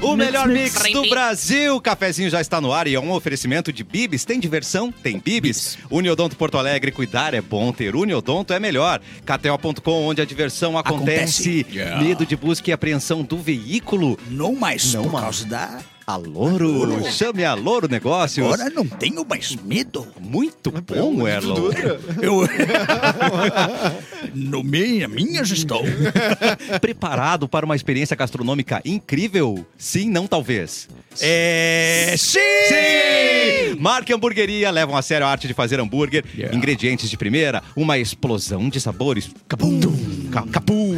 O melhor mix do Brasil. O cafezinho já está no ar e é um oferecimento de Bibis. Tem diversão? Tem Bibis. Uniodonto Porto Alegre, cuidar é bom, ter Uniodonto é melhor. KTO.com, onde é a diversão acontece. Acontece. Yeah. Medo de busca e apreensão do veículo. Não mais Não por mais. causa da... A Louro. Louro. Chame a Louro Negócios. Agora não tenho mais medo. Muito bom, Erlon. Eu... no meio, a minha gestão. Preparado para uma experiência gastronômica incrível? Sim, não, talvez. É... Sim! Sim! Marque Hamburgueria levam a sério a arte de fazer hambúrguer. Yeah. Ingredientes de primeira, uma explosão de sabores. Capum! Ca- Capu!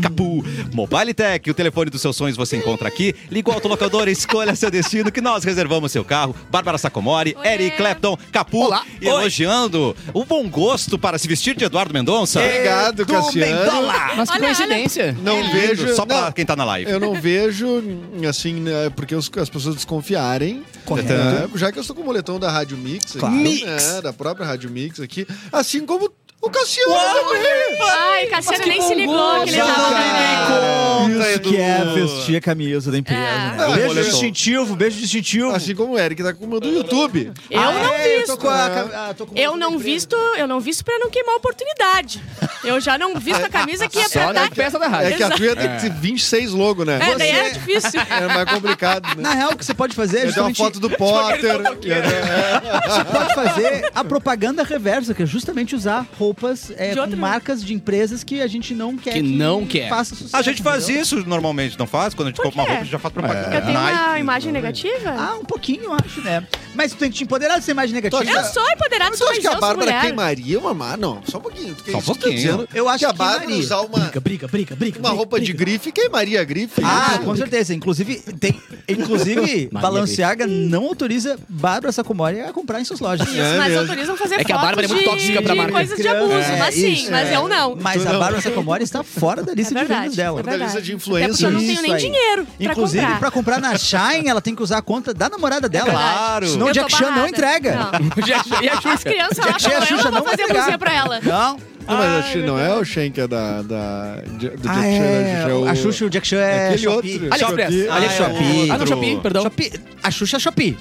Capu! Mobile Tech, o telefone dos seus sonhos você encontra aqui. Liga o autolocador, escolha seu destino que nós reservamos seu carro. Bárbara Sacomori, Oiê. Eric Clapton, Capu. Olá. E elogiando o bom gosto para se vestir de Eduardo Mendonça. Obrigado, Do Cassiano. Mendola! Mas que Olha, olha. coincidência. Não vejo. é Só pra não, quem tá na live. Eu não vejo, assim, né, porque os- as pessoas desconfiarem. Correto. né, já que eu estou com o moletom da Rádio Mix aqui, Claro. né, da própria Rádio Mix aqui, assim como o Cassiano também. Ai, Cassiano nem se ligou que ele Eu tava não me na dei Conta, conta, Isso Edu. que é vestir a camisa da empresa. É. né? Ah, beijo moletom. distintivo, beijo distintivo. Assim como o Eric tá com uma do YouTube. Eu não é, tô visto. com a ca- ah, tô com uma Eu da não empresa. visto, eu não visto pra não queimar a oportunidade. Eu já não visto a camisa que ia Só pra na dar. festa da rádio. É que a tua tem que ter 26 logo, né? Ah, É, daí era difícil. É mais complicado, né? Na real, o que você pode fazer é Ia dar uma justamente... foto do Potter. ia dar- é. Você pode fazer a propaganda reversa, que é justamente usar roupas é, De com outra- marcas de empresas que a gente não quer Que não quer. faça sucesso. A gente faz entendeu? isso normalmente, não faz? Quando a gente Por compra uma quê? roupa, a gente já faz propaganda. Eu tenho uma Nike. imagem negativa? Ah, um pouquinho, acho, né? Mas tu tem que te empoderar de ser mais negativo. Tô Eu achando- sou empoderada, Mas tu sou acha que a mais Bárbara mulher. queimaria uma mar... Não, só um pouquinho. Que Só um isso que eu tô pouquinho. dizendo? Eu acho que a que Bárbara queimaria. usar uma, Briga, briga, briga, briga. uma roupa de grife queimaria a grife. Ah, com certeza. Inclusive, tem, inclusive Balenciaga não autoriza Bárbara Sacomori a comprar em suas lojas. Isso, É mas mesmo. autorizam fazer É que a Bárbara é fotos de- muito tóxica pra de marca. coisas de abuso, É, mas sim, isso, mas é. eu não. Mas a Bárbara Sacomori está fora da lista É de vendas verdade, dela. é Da lista verdade. de Até porque eu não influencers. tenho nem Isso aí. dinheiro pra Inclusive, comprar. É pra comprar na Shine, ela tem que usar a conta da namorada dela. Claro. Senão o Eu tô Jack Chan não barrada. entrega. Não. E a As Xuxa? crianças lá Jack Chan, com a Xuxa ela, não vou vai fazer pegar. blusinha pra ela. Não. Não, mas a Xuxa não é o Shen que é da, da, de- do Ah, Jack é. Chan. A Xuxa e o Jack Chan é Aquele Shopee. outro. Ali Express. Shopee. Ali Ah, é Shopee. Ah, outro. não, Shopee, perdão. Shopee. A Xuxa é Shopee.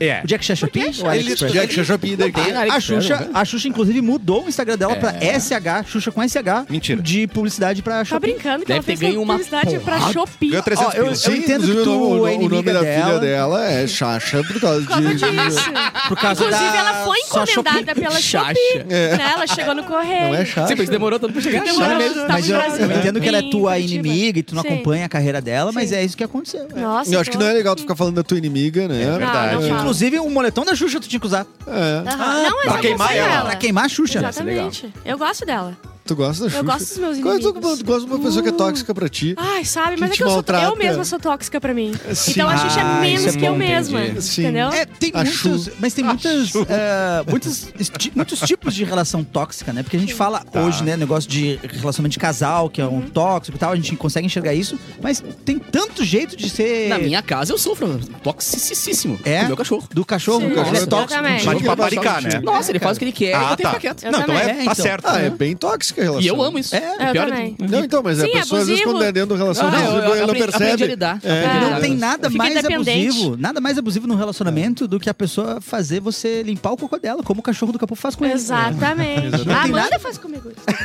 É. O Jack Chan é Shopee? ou AliExpress? Jack Chan é Shopee daqui. Tem na A AliExpress, Xuxa, a Xuxa, inclusive, mudou o Instagram dela pra SH, Xuxa com SH, Mentira. de publicidade pra Tá Shopee. brincando que Deve ela ter fez ganho uma publicidade pra porrada. Shopee. Ganhou 300 Ó, eu, pila. eu entendo que inclusive, tu o, é o, o nome inimiga da filha dela, dela é Xaxa por causa Por de... causa disso. por causa Inclusive, da- ela foi só Shopee. encomendada pela Xaxa. Shopee. É. Né? Ela chegou no correio. Não é Xaxa? Sempre demorou tanto pra chegar. Demorou. Chama ele. Tava tá Mas em eu, Brasília. eu entendo que ela é Em tua Curitiba. inimiga e tu não Sim. acompanha a carreira dela, mas Sim. é isso que aconteceu. é. Nossa, então. Eu acho que não é horror. legal tu ficar falando da tua inimiga, né? É verdade. Não, não fala. Inclusive, o moletom da Xuxa tu tinha que usar. É. Aham. não, mas pra eu queimar gosto ela. dela. Pra queimar a Xuxa. Exatamente. Eu gosto dela. Tu gosta da Xuxa? Eu gosto dos meus Qual é tu- inimigos. Tu gosta de uma pessoa que é tóxica pra ti? Ai, sabe, Que mas é te que eu, sou, maltrata. eu mesma sou tóxica pra mim. Sim. Então a Xuxa Ah, é menos isso é que eu bom, mesma. entendi. Sim. Entendeu? É, tem A muitos, Xu. mas tem muitas, eh, muitos, esti- muitos tipos de relação tóxica, né? Porque a gente fala hoje, né, negócio de relacionamento de casal, que é Uhum. um tóxico e tal, a gente consegue enxergar isso, mas tem tanto jeito de ser Na minha casa eu sofro toxicíssimo. É? Com o meu cachorro. do cachorro, Sim, o cachorro é exatamente. tóxico. Exatamente. Mas de paparicar, né? Nossa, ele faz o que ele quer Ah, e eu tenho que ficar quieto. Eu Não, então é, também. tá É, então. certo. Ah, é bem tóxica a relação. E eu amo isso. É, eu Pior também. Não, então, mas a Sim, pessoa às vezes abusivo. quando é dentro do Ah, relacionamento, eu- eu ela não aprendi- aprendi a percebe. lidar. É. Aprendi a Não lidar. tem nada Ah, Fiquei mais dependente. abusivo, nada mais abusivo num relacionamento do que a pessoa fazer você limpar o cocô dela, como o cachorro do capô faz com ele. Exatamente. A Não tem Amanda nada- faz comigo isso.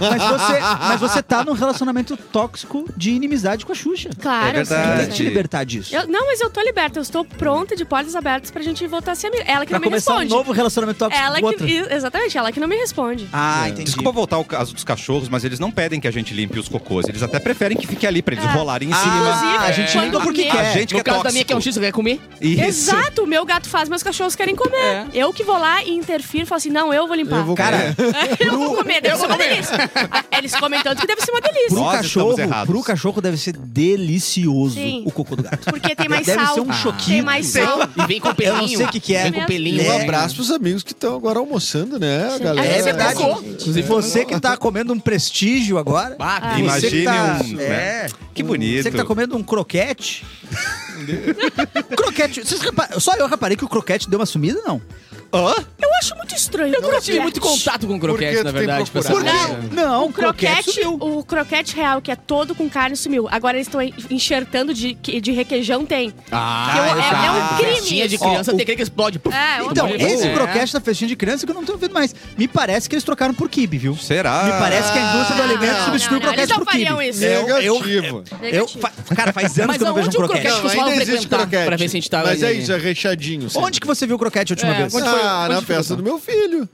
Mas você, mas você tá num relacionamento tóxico de inimizade com a Xuxa. Claro. É eu sei, eu verdade. Tem sei. que te libertar disso. Eu- não, mas eu tô liberta, eu estou pronta de portas abertas pra gente voltar a ser amiga. Ela que pra não me começar responde. um novo relacionamento tóxico ela com outra. que, i- exatamente, ela que não me responde. Ah, entendi. Desculpa voltar ao caso dos cachorros, mas eles não pedem que a gente limpe os cocôs. Eles até preferem que fique ali pra eles É. rolarem em cima. Ah, Inclusive, a gente quando liga porque o meu- A quer. gente que No é caso da tóxico. minha que é um X, você quer comer? Isso. Exato, o meu gato faz, meus cachorros querem comer. Eu que vou lá e interfiro, falo assim: não, eu vou limpar. Eu vou- Cara, eu vou comer, deve ser uma delícia. Ah, Eles comentando que deve ser uma delícia. pro Nós cachorro, estamos errados. pro cachorro deve ser delicioso Sim. o cocô do gato. Porque tem mais deve sal. ser um Tem choquinho. mais sal. E vem com o Eu pelinho. não sei o que que é. Vem com o pelinho. É. Um abraço pros amigos que estão agora almoçando, né, Sim. galera? Aí É você verdade. pegou. Inclusive, você que tá comendo um prestígio agora. Ah, você que Imagine tá- um. É. né? Que bonito. Você que tá comendo um croquete. croquete. Vocês repa- Só eu reparei que o croquete deu uma sumida, não? Hã? Eu acho muito estranho. Eu nunca croquete. tive muito contato com croquete, Por que na tu tem verdade. tipo assim, é pra procurado? saber. Por Não, O Um croquete, sumiu. o croquete real, que é todo com carne, sumiu. Agora eles estão enxertando de, que- de requeijão, tem. Ah, Que eu- é- exato. é um crime ah, Festinha de isso. criança, Ó, tem aquele que explode. puf. É, outra Então, Mas coisa. esse é. croquete da festinha de criança que eu não tenho ouvido mais. Me parece que eles trocaram por kibe, viu? Será? Ah. Me parece que é a indústria do Não, tipo alimento Ah, não, substituiu o não, croquete Eles não por kibe. fariam isso. um- é é Negativo. Eu, Negativo. fa- cara, faz anos Mas que eu não vejo um aonde o croquete. croquete Não, costumava ainda existe frequentar croquete. pra ver se a gente tá... Mas aí, já rechadinho. sempre. Onde que você viu o croquete a última É, vez? onde foi? Ah, na Onde foi, festa do Gustavo? meu filho.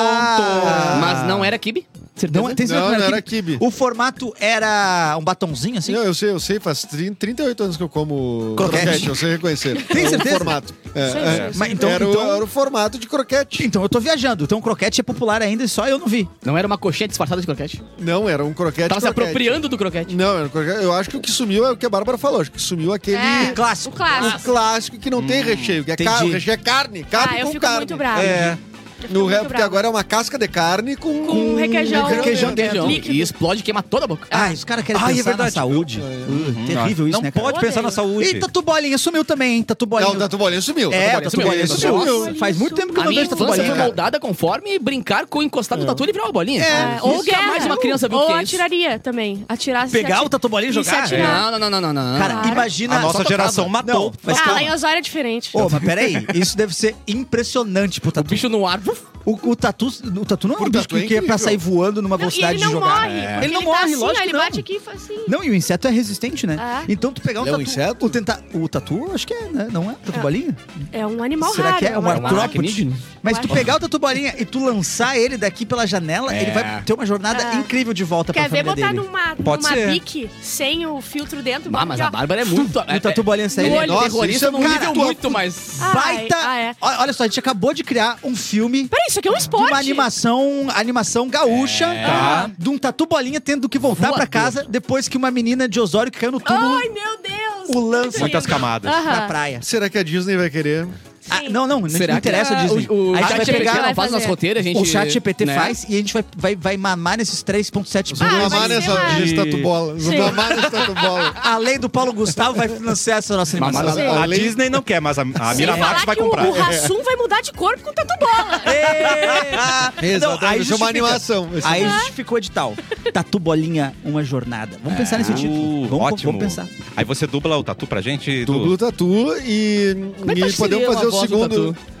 Ah. Mas não era kibe? Não, tem certeza Não, que não era era kibe? quibe. O formato era um batonzinho, assim? Não, eu sei, eu sei, faz 30, 38 anos que eu como Croquete. croquete, eu sei reconhecer. Tem É o certeza? formato. É, Sim, é. sim, sim. Mas então, era, o- então, era o formato de croquete. então, eu tô viajando. Então o croquete é popular ainda e só eu não vi. Não era uma coxinha disfarçada de croquete? Não, era um croquete. Tava se croquete. apropriando do croquete. Não, era um croquete. Eu acho que o que sumiu é o que a Bárbara falou. Acho que sumiu aquele É, clássico. O clássico. o clássico que não tem recheio, que é carne. Hum, entendi. O recheio é carne. Carne Ah, eu com fico carne. né? muito brava. É. Eu fico No muito rap, porque brava. agora é uma casca de carne com. Com um requeijão. requeijão dentro. Entendeu? líquido. E explode e queima toda a boca. Ah, os caras querem Ah, é pensar na verdade. saúde. Uh, terrível isso, não né, cara? pode pensar na saúde. E Tatu Bolinha sumiu também, hein? Tatu Bolinha. Não, o Tatu Bolinha sumiu. É, Tatu Tatu sumiu. Bolinha Tatu sumiu. Bolinha Faz muito sumiu. tempo que eu A não minha vejo Tatu infância Bolinha. foi cara. moldada conforme brincar com encostar no tatu e virar uma bolinha. É, É, ou Nunca guerra. mais uma criança viu o ou que é isso. atiraria também. Atirar se Pegar atira- o Tatu Bolinha e E se jogar? Ah. atirar. Não, não, não, não, não, não. Cara, Claro. imagina... A nossa só geração tocava. matou. Não, mas Ah, calma. lá em Osório é diferente. Ô, mas peraí, isso deve ser impressionante pro O Tatu. bicho no ar. puf. O, o tatu, o tatu não é um Por bicho tatu é que, que é pra incrível. sair voando numa Não, e velocidade ele não de jogar. é. morre. porque Ele não tá morre, assim, lógico ó, que Ele não. bate aqui e faz assim. Não, e o inseto é resistente, né? Ah. Então tu pegar um É um tatu. inseto? O, tenta, o tatu, acho que é, né? Não é? Tatu bolinha? É um animal Será raro. que é? É um animal raro. artrópode? Mas tu acho. pegar o tatu bolinha e tu lançar ele daqui pela janela, ele vai ter uma jornada Ah. incrível de volta Quer pra ver família botar dele. numa, Pode numa ser. bique sem o filtro dentro? Ah, bota mas aqui, a ó. Bárbara é muito... E o tatu bolinha sair. Ele é Nossa, isso terrorista é num muito- nível Cara, muito mais... Ah, Baita! ah, é. Olha olha só, a gente acabou de criar um filme Peraí, isso aqui é um de esporte. uma animação, animação gaúcha, Tá. de um tatu bolinha tendo que voltar Voador. pra casa depois que uma menina de Osório caiu no túmulo Ai, meu Deus. O lance- Muitas lindo. camadas. Aham. na praia. Será que a Disney vai querer? Ah, Sim. não, não, não Será que interessa a- a Disney. O, o a gente vai chat ChatGPT GPT pegar, não vai faz nas fazer. roteiras, a gente... o chat GPT né? faz e a gente vai, vai, vai mamar nesses 3.7 Vamos Ah, bilhões. mamar mas sei nessa lá. nesse tatu bola. Sim. Vamos mamar nesse tatu bola. A lei do Paulo Gustavo vai financiar essa nossa Mamar animação. Sim. A Disney não quer, mas a, a Sem Miramax falar vai que o- comprar. O Rassum vai mudar de corpo com tatu bola. Ê! Não, Exatamente, isso é uma justifica. animação. Aí justificou o edital. Tatu Bolinha, uma jornada. Vamos pensar nesse título. Uh, Vamos, ótimo. vamos pensar. Aí você dubla o tatu pra gente? Du? Dublo tatu e, é que e podemos seria uma fazer o voz do segundo. tatu?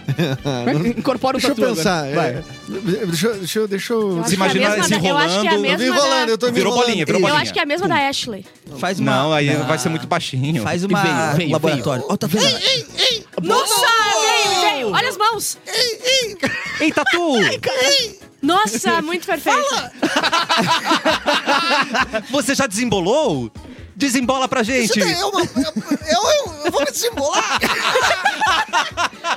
Incorpora o Deixa eu tatu agora. pensar. Vai. é. Deixa, eu- deixa, eu- deixa eu. Eu acho Se imaginar que é a mesma se da- eu acho que é enrolando. a Eu me mesma enrolando, eu tô me Virou enrolando. bolinha, virou da... Eu bolinha. acho que é a mesma da Ashley. Faz uma. Não, aí Ah, vai ser muito baixinho. Faz uma. Veio, veio, veio. um laboratório. Ó, o tatu. Nossa, veio, veio. Olha as mãos. Ei, tatu! Nossa, muito perfeito. Você já desembolou? Desembola pra gente! eu vou me desembolar.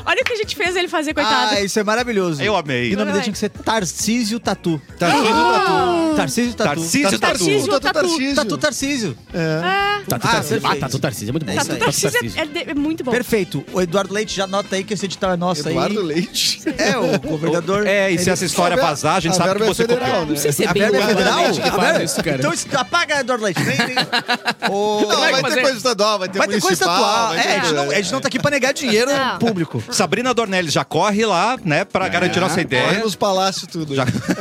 Olha o que a gente fez ele fazer, coitado. Ah, isso é maravilhoso. Eu amei. E o nome dele Ai. tinha que ser Tarcísio Tatu. Tarcísio Tatu. Tarcísio Tatu. Tarcísio. Tatu Tatu. Tarcísio. Tatu Tarcísio. Tatu Ah, Tarcísio. Ah, perfeito. tatu Tarcísio é muito bom. É isso Tatu aí. Tarcísio é- é, de- é muito bom. Perfeito. O Eduardo Leite já anota aí que esse edital é nosso Eduardo aí. Leite. É, o governador. É, e se ele- essa história vazar, a gente A sabe que verba é você federal, copiou. né? Não sei se é A bem verba é federal? governamental que A faz verba- isso, cara. Então isso- apaga, Eduardo Leite. Vem, vem. Ô, Não, vai vai fazer- ter coisa estadual, vai ter Vai ter coisa municipal, atual. vai ter É, a gente, coisa- não, a gente não tá aqui pra negar dinheiro Não. público. Sabrina Dornelles já corre lá, né, pra garantir nossa Corre ideia. nos palácios tudo.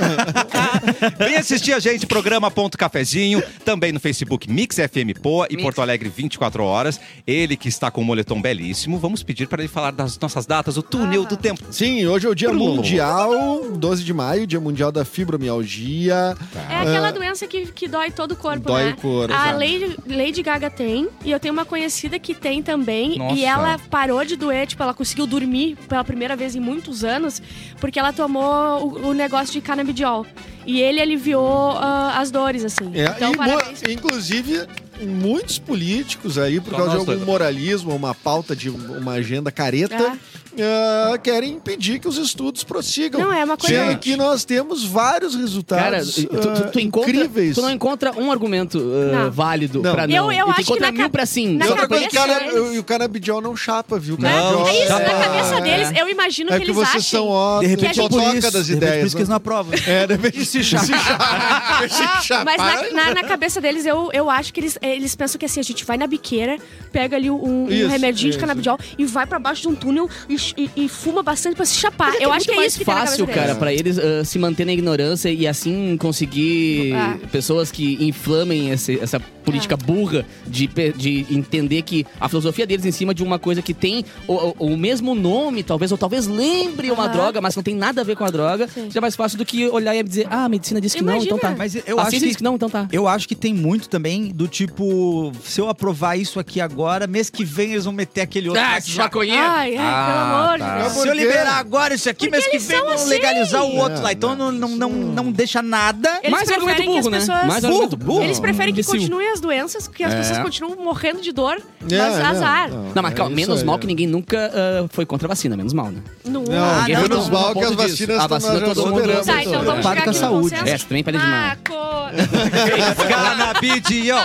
Vem assistir a gente, programa Ponto Cafezinho, também no Facebook Mix FM Poa e Porto Alegre 24 horas. Ele que está com um moletom belíssimo. Vamos pedir para ele falar das nossas datas, o túnel Ah. do tempo. Sim, hoje é o dia Pulou. mundial, 12 de maio, dia mundial da fibromialgia. É aquela doença que, que dói todo o corpo, Ah. Dói né? o corpo, A exato. Lady, Lady Gaga tem, e eu tenho uma conhecida que tem também. Nossa. E ela parou de doer, tipo, ela conseguiu dormir pela primeira vez em muitos anos, porque ela tomou o, o negócio de canabidiol. E ele aliviou ah, as dores, assim. É, então, e mu- parabéns. inclusive, muitos políticos aí, por Só causa de nós algum dois. moralismo, uma pauta de uma agenda careta, ah, querem impedir que os estudos prossigam. Não, é uma coisa- Sendo que nós temos vários Cara, resultados tu, tu- tu ah, encontra, incríveis. tu não encontra um argumento ah, Não. válido Não. pra não. Eu- eu e tu acho que encontra na mil ca- pra sim. na E outra coisa, cabeça o cara, deles. o, o canabidiol não chapa, viu? O Não, canabidiol É isso, Tá bom. na cabeça chapa. deles, eu imagino É que que eles vocês acham. são ó, De repente Que a é gente- por fofoca isso. das de repente é por ideias. isso que eles né? não aprovam. É, de repente se chapa. É, Mas na, na- na cabeça deles, eu, eu acho que eles, eles pensam que assim, a gente vai na biqueira, pega ali um, um Isso, remedinho isso. de canabidiol e vai pra baixo de um túnel e, e- e fuma bastante pra se chapar. Eu acho que é mais isso que tem na fácil, cabeça cara, deles. pra eles ah, se manter na ignorância e assim conseguir Ah. pessoas que inflamem esse- essa política burra de, pe- de entender que a filosofia deles em cima de uma coisa que tem o, o- o mesmo nome, talvez, ou talvez lembre uma Aham. droga, mas não tem nada a ver com a droga, Sim. já é mais fácil do que olhar e dizer, ah, a medicina disse que não, então tá. Mas eu a acho Assim ciência que disse que não, então tá. Eu acho que tem muito também do tipo, se eu aprovar isso aqui agora, mês que vem eles vão meter Ah, aquele outro. pra se matar. Ai, ai, Ah, pelo amor de tá. Deus. Acabou se eu Por quê? liberar agora isso aqui, mês que eles vem são vão assim. legalizar o outro É, lá. Então não, não, não, não deixa nada. Eles Mais preferem argumento que as burro, né? pessoas- Mais argumento burro. Eles preferem que Imbecil. É. continuem as doenças, que as pessoas continuam morrendo de dor, mas É, não, azar. Não, mas calma, é menos isso mal aí. que ninguém nunca ah, foi contra a vacina, menos mal, né? Não. Não, Ah, não, menos não, mal não, que as ponto disso. vacinas A estão vacina todo mundo- liberando. Tá, então vamos Para chegar com a aqui no saúde. consenso. Ah, É, também parei de mal. Maco. Canabidiol.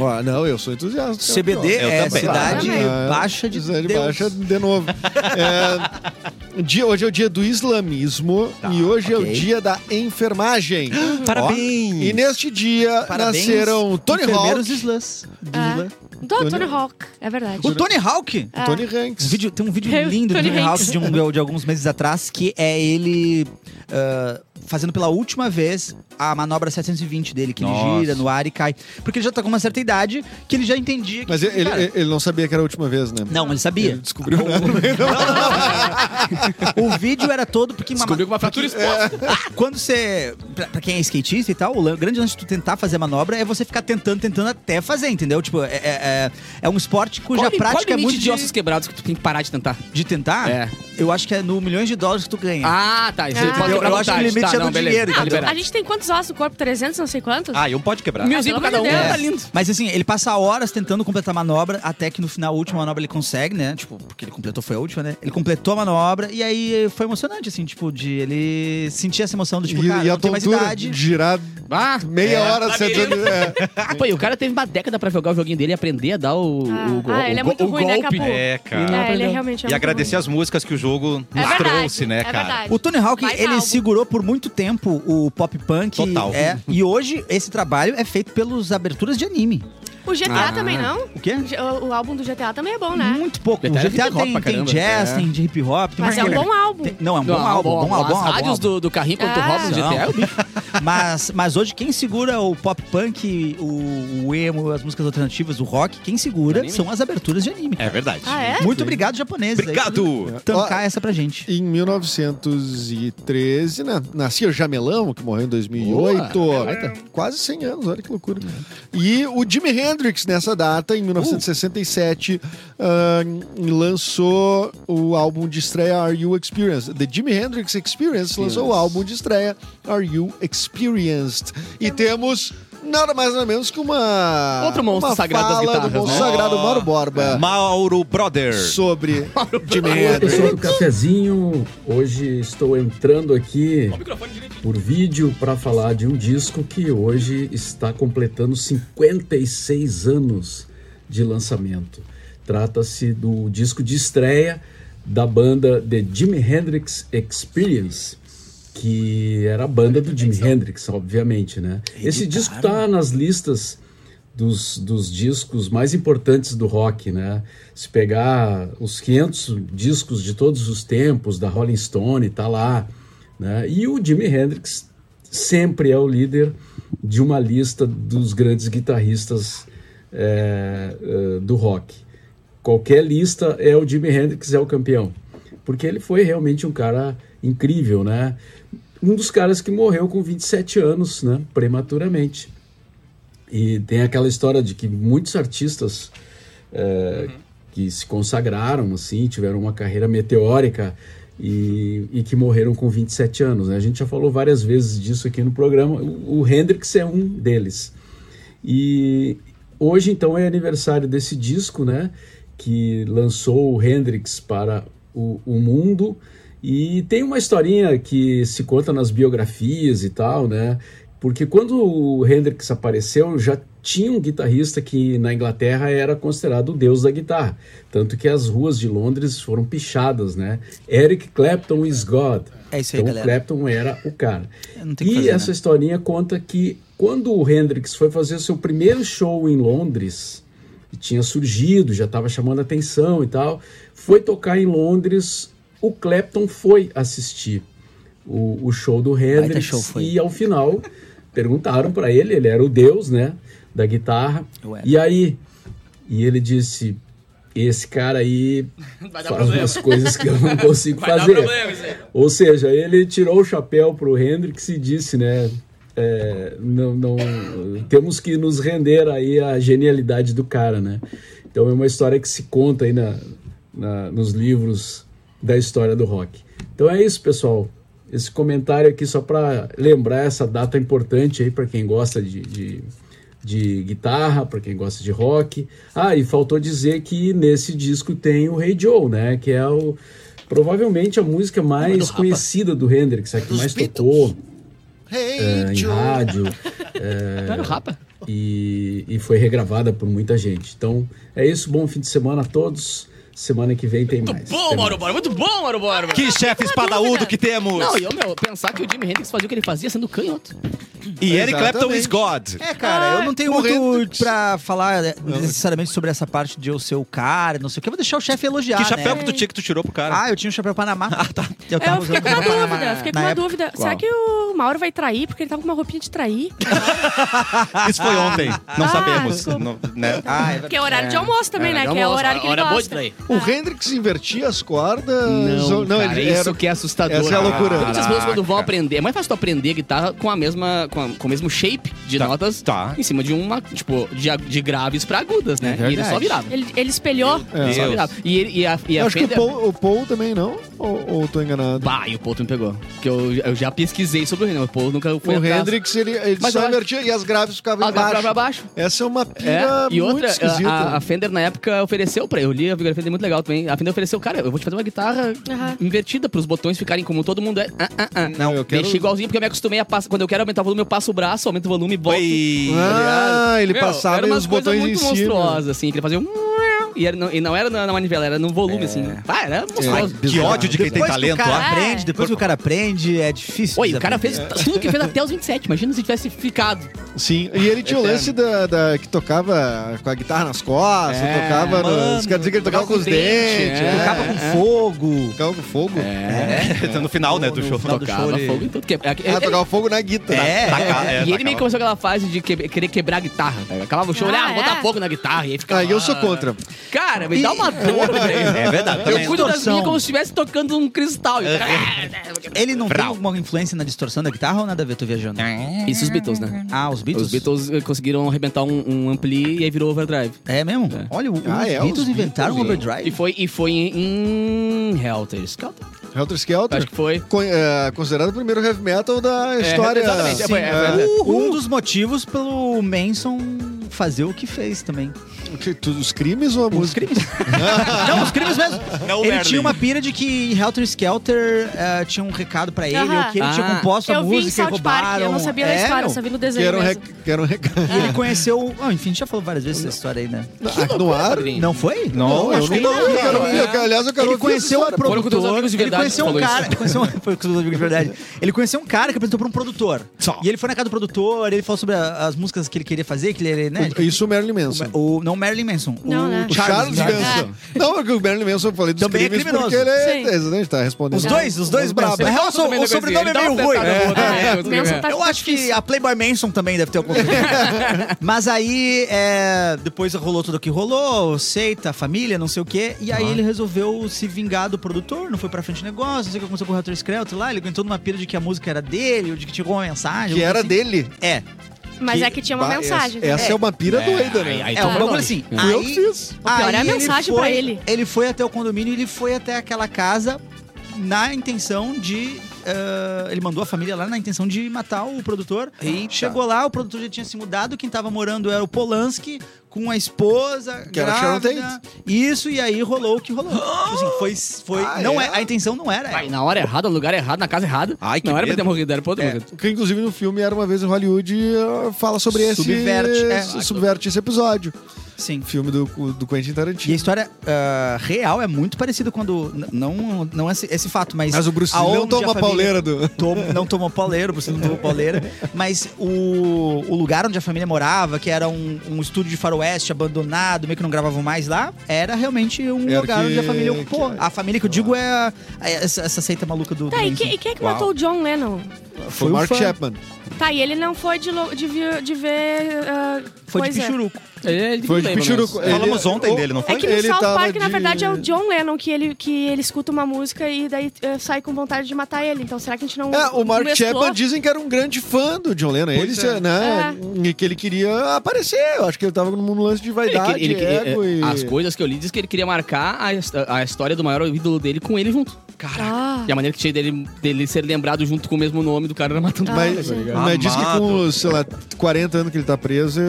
Ó, não, eu sou entusiasta. cara, CBD ó. Eu é também. cidade Também. baixa de Cidade Deus. baixa de novo. É, dia- hoje é o dia do islamismo e hoje é o Tá, ok. Ah, dia da enfermagem. E neste dia Parabéns, nasceram Tony enfermeiros Hawk, slãs. Do Ah. slã. Do Tony Hawk, é verdade. O Tony Hawk? Ah. Tony Um Hanks. vídeo- tem um vídeo Eu- lindo do Tony Tony Hawk Hanks. de, um- de alguns meses atrás, que é ele ah, fazendo pela última vez a manobra 720 dele, que Nossa. ele gira no ar e cai. Porque ele já tá com uma certa idade que ele já entendia que. um Mas ele, Ah. cara, ele- ele não sabia que era a última vez, né? Não, ele sabia. Ele descobriu né? nada. no meio da- O vídeo era todo porque uma Descobriu que uma fratura exposta. Quando você. Pra, pra quem é skatista e tal, o lan- grande lance de tu tentar fazer a manobra é você ficar tentando, tentando até fazer, entendeu? Tipo, é, é, é- é um esporte cuja qual, qual prática é limite muito. de ossos quebrados que tu tem que parar de tentar? de tentar, É. eu acho que é no milhões de dólares que tu ganha. Ah, tá. Isso Ah. ele pode Eu- quebrar eu à acho que o vontade. limite tá, é não, do beleza, dinheiro, Tá entendeu? A liberado. gente tem quantos ossos no corpo? 300, não sei quantos? Ah, e um pode quebrar. Milzinho Ah, pra cada pelo um. amor de Tá Deus. lindo. Mas assim, ele passa horas tentando completar a manobra, até que no final, a última manobra ele consegue, né? Tipo, porque ele completou, foi a última, né? Ele completou a manobra e aí foi emocionante, assim, tipo, de ele sentir essa emoção do tipo, E, cara, e a não tem mais tontura de idade. girar Ah, meia hora sentando. é. Pô, e o cara teve uma década pra jogar o joguinho dele e aprender a dar o, Ah, o, go- ah, ele é o, muito go- o ruim, né, golpe. Capu? É, cara. É, Não, ele é aprendeu. realmente é E muito agradecer ruim. as músicas que o jogo É nos verdade, trouxe, né, é cara? verdade. O Tony Hawk, Mais ele algo. segurou por muito tempo o pop punk. Total. É, e hoje esse trabalho é feito pelas aberturas de anime. O GTA Ah. também não? O quê? O, o álbum do GTA também é bom, né? Muito pouco. O Detalhe é GTA hip hop tem, pra tem caramba. jazz, É. tem de hip hop. tem Mas é um uma- bom álbum. Tem- não, é um bom Não, álbum, bom álbum. As bom rádios álbum. do, do carrinho quando tu Ah. rouba o GTA, é o bicho. Mas, mas hoje quem segura o pop punk, o, o emo, as músicas alternativas, o rock, quem segura Anime? são as aberturas de anime. É verdade. Ah, é? Muito obrigado, japoneses. aí, por Obrigado! Tancar essa pra gente. Em 1913, na, nascia Jamelão, que morreu em 2008. é quase 100 anos, olha que loucura. E o Jimi Hendrix, nessa data, em 1967, ah, lançou o álbum de estreia Are You Experienced? The Jimi Hendrix Experience lançou o álbum de estreia Are You Experienced? E temos... Nada mais nada menos que uma. Outro monstro uma sagrado das fala do guitarras, monstro né? É. sagrado Mauro Borba Mauro Brother. sobre Jimi Olá, Hendrix. pessoal do Cafezinho. Hoje estou entrando aqui por vídeo para falar de um disco que hoje está completando 56 anos de lançamento. Trata-se do disco de estreia da banda The Jimi Hendrix Experience, que era a banda do Jimi Hendrix, obviamente, né? Esse disco está nas listas dos, dos discos mais importantes do rock, né? Se pegar os 500 discos de todos os tempos da Rolling Stone, tá lá, né? E o Jimi Hendrix sempre é o líder de uma lista dos grandes guitarristas eh, eh, do rock. Qualquer lista é o Jimi Hendrix é o campeão, porque ele foi realmente um cara incrível, né? Um dos caras que morreu com 27 anos, né? Prematuramente. E tem aquela história de que muitos artistas é, que se consagraram, assim, tiveram uma carreira meteórica e, e que morreram com 27 anos. né? A gente já falou várias vezes disso aqui no programa. O, o Hendrix é um deles. E hoje, então, é aniversário desse disco, né? Que lançou o Hendrix para o, o mundo. E tem uma historinha que se conta nas biografias e tal, né? Porque quando o Hendrix apareceu, já tinha um guitarrista que na Inglaterra era considerado o deus da guitarra. Tanto que as ruas de Londres foram pichadas, né? Eric Clapton is God. É isso aí, Então o galera. Clapton era o cara. Não tem o E que fazer, essa né? historinha conta que quando o Hendrix foi fazer o seu primeiro show em Londres, e tinha surgido, já estava chamando atenção e tal. Foi tocar em Londres, o Clapton foi assistir o, o show do Hendrix show foi. e ao final perguntaram para ele, ele era o deus, né, da guitarra. Eu era. E aí, e ele disse: esse cara aí Vai faz dar problema. umas coisas que eu não consigo Vai dar fazer. problema isso aí. Ou seja, ele tirou o chapéu pro Hendrix e disse, né? é, não, não- temos que nos render aí à genialidade do cara, né? Então é uma história que se conta aí na, na- nos livros da história do rock. Então é isso, pessoal. Esse comentário aqui só para lembrar essa data importante aí para quem gosta de- de, de guitarra, para quem gosta de rock. Ah, e faltou dizer que nesse disco tem o Hey Joe, né? Que é o provavelmente a música mais conhecida do Hendrix, a que mais tocou eh, em rádio. eh, Não era o Rapa? e, e foi regravada por muita gente. Então é isso, bom fim de semana a todos. Semana que vem tem mais. Até Bom, mais. Mauro Borba, muito bom, Mauro Borba. Que chefe é espadaúdo que temos! Não, e eu, meu, pensar que o Jimi Hendrix fazia o que ele fazia sendo canhoto. E Eric Clapton Exatamente. is God. É, cara, eu não tenho morrendo. muito pra falar né, necessariamente sobre essa parte de eu ser o cara, não sei o que. Eu vou deixar o chefe elogiar, Que chapéu né? que tu tinha que tu tirou pro cara? Ah, eu tinha um chapéu Panamá. Ah, tá. Eu Eu, tava fiquei usando com uma chapéu Panamá dúvida, fiquei com na uma época. dúvida. Será que o Mauro vai trair? Porque ele tava com uma roupinha de trair. Isso foi ontem. Não Ah, sabemos. desculpa. Não, né? Ah, é Porque é horário de verdade. almoço também, né? Que é o horário que ele Hora boa de gosta. trair. O Hendrix invertia as cordas. Não, cara, ele isso era- que é assustador. Essa é a loucura. Muitas pessoas quando vão Caraca. aprender, é mais fácil tu aprender guitarra com a mesma, com, a- com o mesmo shape de Tá, notas, tá. em cima de uma, tipo, de, a- de graves pra agudas, né? e ele só virava. Ele, ele espelhou. É. Só virava. E, ele, e a, e Eu a acho que o Fender... Paul, o Paul também não? Ou, ou tô enganado? Bah, e o Paul tu me pegou. Porque eu, eu já pesquisei sobre o Hendrix, o Paul nunca o foi atrás. Hendrix, ele, ele Mas só eu acho- invertia e as graves ficavam Ah, embaixo. pra, pra baixo. Essa é uma É, pira e muito né? outra, esquisita. a, a Fender na época ofereceu pra eu li a biografia dele é muito legal também. A Fender ofereceu, cara, eu vou te fazer uma guitarra Aham. invertida pros botões ficarem como todo mundo é. Ah, ah, ah. Não, eu quero- Deixa igualzinho, porque eu me acostumei a passar. Quando eu quero aumentar o volume, eu passo o braço, aumento o volume e boto. tá Oi. Ah, ele Meu, passava era e umas os coisas botões né? em muito cima. monstruosa, assim, que ele fazia um... E, era- não, e não era na, na manivela, era num É. volume, assim. Ah, era monstruoso. Que ódio de quem tem Depois que o talento. cara ah. aprende, depois que o cara aprende, é difícil. Oi, o cara fez desaprender. tudo que fez até os 27. Imagina se tivesse ficado. Sim, e ele tinha o lance da, da- que tocava com a guitarra nas costas, É, tocava. no- mano, isso quer dizer que ele tocava com os dentes. é. Tocava com fogo. Tocava com fogo. No final, né, do show. final do show, ele- fogo em tudo. Que, é- é- Ah, ele- tocava fogo na guitarra. É. Tacar, é, e ele meio tacar. que começou aquela fase de que- querer quebrar a guitarra. Tá? Acabava o show, Ah, ele, ah, é? botar fogo na guitarra. E aí ficava, né? Aí Ah, eu sou contra. Cara, me dá uma dor, velho. É verdade. Eu Também. cuido das Distorção. minhas como se estivesse tocando um cristal. E o cara, Ele não tem Brau. alguma influência na distorção da guitarra ou nada a ver, tô viajando? "Ah". Isso os Beatles, né? Ah, os Beatles? Os Beatles eh, conseguiram arrebentar um, um ampli e aí virou overdrive. É mesmo? Olha, o- os Ah, é, os Beatles inventaram o Beatles, overdrive. E foi, e foi em, em Helter Skelter. Helter Skelter. Acho que foi. Con- é, considerado o primeiro heavy metal da história. exatamente. É, Sim, foi- é, é. Um dos motivos pelo Manson fazer o que fez também. O que- tu- Os crimes ou a Os música? crimes. não, os crimes mesmo. Não, ele Merlin. tinha uma pira de que em Helter Skelter eh, tinha um recado pra ele, Aham. ou que ele tinha Ah. composto a Eu vi em música e South Park, roubaram. eu não sabia da É, história, eu não. só vi no Que desenho era um, né, mesmo. rec- que era um recado. E ele conheceu. Ah, enfim, a gente já falou várias vezes essa história aí, né? Ah, no ar? Sim. Não foi? Não, eu acho que não, não. eu quero cara. ver. Eu quero- Aliás, eu quero ouvir Ele essa conheceu um história. Foram com teus produtor. amigos de Ele verdade conheceu que um falou cara. ele Conheceu, foi com teus amigos de verdade. Ele conheceu um cara que apresentou pra um produtor. Só. E ele foi na casa do produtor, ele falou sobre a- as músicas que ele queria fazer, que ele. Né, Isso é o Marilyn Manson. o, o- não Marilyn Manson. Não, o né? O Charles, Charles Manson. Não, porque o Marilyn Manson eu falei dos Também é crimes criminoso. porque ele é. Sim. Exatamente, tá respondendo. Os dois, os dois brabos. Na real, o, so- o sobrenome é meio ruim. É, né? Manson tá- Eu acho que a Playboy Manson também deve ter alguma coisa. Mas aí, é, depois rolou tudo o que rolou, seita, família, não sei o quê. E aí ele resolveu se vingar do produtor, não foi pra frente o negócio, não sei o que aconteceu com o Helter Skelter lá. Ele entrou numa pira de que a música era dele, ou de que tinha alguma mensagem. Que alguma era coisa dele. assim. É. Mas Que- é que tinha uma Bah, mensagem. Essa, essa é. uma pira doida, né? aí- aí É, então, tu um falou. bagulho assim. Fui eu Aí- que fiz. O pior é a ele mensagem foi- pra ele. Ele foi até o condomínio, ele foi até aquela casa na intenção de. ah, ele mandou a família lá na intenção de matar o produtor. Chegou lá, o produtor já tinha se mudado, quem tava morando era o Polanski com a esposa. Que era a Sharon grávida. Isso, e aí rolou o que rolou. Tipo assim, foi. foi Ah, não é? é? A intenção não era. Vai, na hora errada, no lugar errado, na casa errada. Ai, que não era pra medo. ter morrido, era pra outro morrer. Que inclusive no filme era uma vez em Hollywood eh, fala sobre esse. Subverte, é. su- subverte esse episódio. Um Sim. Filme do, do Quentin E a Tarantino. história ah, real é muito parecida quando. n- Não, não esse, esse fato, mas. Mas o Bruce Lee aonde não toma a a pauleira do. Tom- não tomou pauleiro, por isso não tomou pauleira. Mas o, o lugar onde a família morava, que era um, um estúdio de faroeste, Oeste, abandonado, meio que não gravavam mais lá, era realmente um Era lugar que- onde a família ocupou. que- A família que eu digo é a- é essa, essa seita maluca do. Tá, e, do- que- e quem é que Uau. matou o John Lennon? Foi um o Mark fã. Chapman. Tá, e ele não foi de, lo- de, vi- de ver. ah, Foi de coisa. Pichuruco. Ele Foi de lembra, Pichuruco. mas- Ele- Falamos ontem o- dele, não foi? É que no Ele South tava Park, na de- verdade, é o John Lennon que ele, que ele escuta uma música e daí eh, sai com vontade de matar ele. Então será que a gente não. É, o Mark mesclou? Chapman dizem que era um grande fã do John Lennon. Ele, Pois é. né, e que ele queria aparecer. Eu acho que ele tava num lance de Ele que- vaidade, ele que- ego é, e... As coisas que eu li diz que ele queria marcar a, his- a história do maior ídolo dele com ele junto. Ah, E a maneira que tinha dele, dele ser lembrado junto com o mesmo nome do cara era matando. Ah. Mas, mas diz que com, os, sei lá, 40 anos que ele tá preso,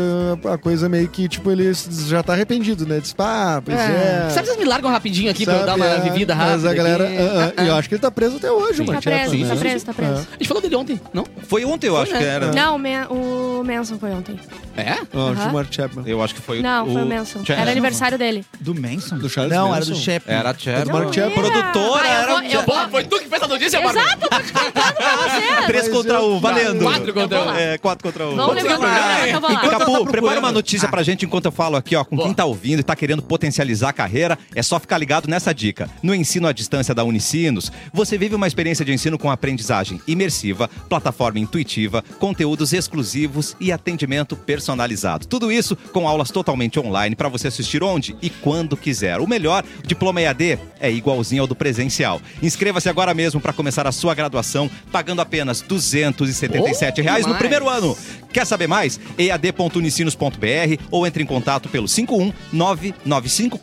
a coisa meio que, tipo, ele já tá arrependido, né? Diz, pá, pois é. Sabe, vocês me largam rapidinho aqui pra eu dar Sabe, uma é, vivida rápida. Mas a galera... aqui. ah, ah, e eu acho que ele tá preso até hoje, o tá Mark preso, Chapman. né? tá É. preso, tá preso. A gente falou dele ontem, não? Foi ontem, eu acho né? que era. Não, o, Man- o Manson foi ontem. É? Ó, acho que Aham. o Mark Chapman. Eu acho que foi Não, o... foi o Manson. Chapman. Era aniversário dele. Do Manson? Do Charles Não, era Manson? do Shepard. Era a Chapman. Mark Chapman. Produtora, Ah, eu era vou- um eu vou- Foi tu que fez a É, notícia, Exato, eu tô te contando pra você. Três contra um, valendo. Quatro contra um. É, quatro contra um. Vamos Vamos lá. levantar, então vamos lá. Capu, procurando. prepara uma notícia pra gente enquanto eu falo aqui, ó, com quem tá ouvindo e tá querendo potencializar a carreira, é só ficar ligado nessa dica. No ensino à distância da Unicinos, você vive uma experiência de ensino com aprendizagem imersiva, plataforma intuitiva, conteúdos exclusivos e atendimento personalizado. Tudo isso com aulas totalmente online pra você assistir onde e quando quiser. O melhor, o diploma EAD é igualzinho ao do presencial. Inscreva-se agora mesmo pra começar a sua graduação pagando apenas R$ 277 reais no Demais. primeiro ano. Quer saber mais? ead.unicinos.br ou entre em contato pelo 51995419854.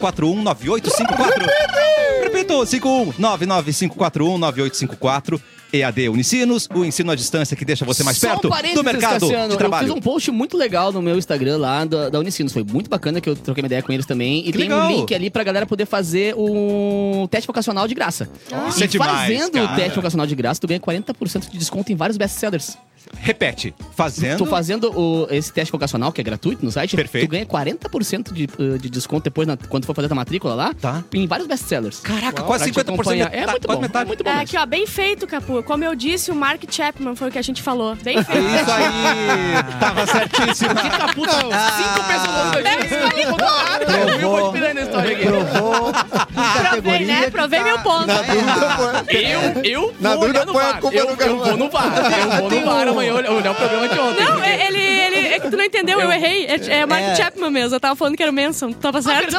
Repito, 51995419854. EAD Unicinos, o ensino à distância que deixa você mais Só um perto do parênteses, mercado Cassiano, de Eu trabalho. fiz um post muito legal no meu Instagram lá da, da Unicinos. Foi muito bacana que eu troquei uma ideia com eles também. E Que tem legal. um link ali pra galera poder fazer um teste vocacional de graça. Isso é e demais, fazendo cara. o teste vocacional de graça, tu ganha 40% de desconto em vários best-sellers. Repete, fazendo... Tu fazendo o- esse teste vocacional, que é gratuito no site, Perfeito. tu ganha 40% de, eh, de desconto depois, na- quando for fazer a matrícula lá, Tá. em vários best-sellers. Caraca, quase Pra te 50%. acompanhar. metade- É muito quase bom, é Ah, metade. muito bom. É, mesmo. aqui, ó, bem feito, Capu. Como eu disse, o Mark Chapman foi o que a gente falou. Bem É feito. Isso aí! Tava certíssimo. Fica puta, cinco pessoas aqui. Eu vi um monte de piranha na história aqui. Provou. Ah, Provei, né? Provei meu ponto. tá Na dúvida, foi. Eu, eu Na vou dúvida, olhar no põe a VAR. culpa eu, no eu Galvão. vou no VAR. Eu vou no VAR amanhã olhar, olhar o programa de ontem. Não, é- ele, ele. É que tu não entendeu, eu errei. É, é Mark É. Chapman mesmo. Eu tava falando que era o Manson. Tu tava certo?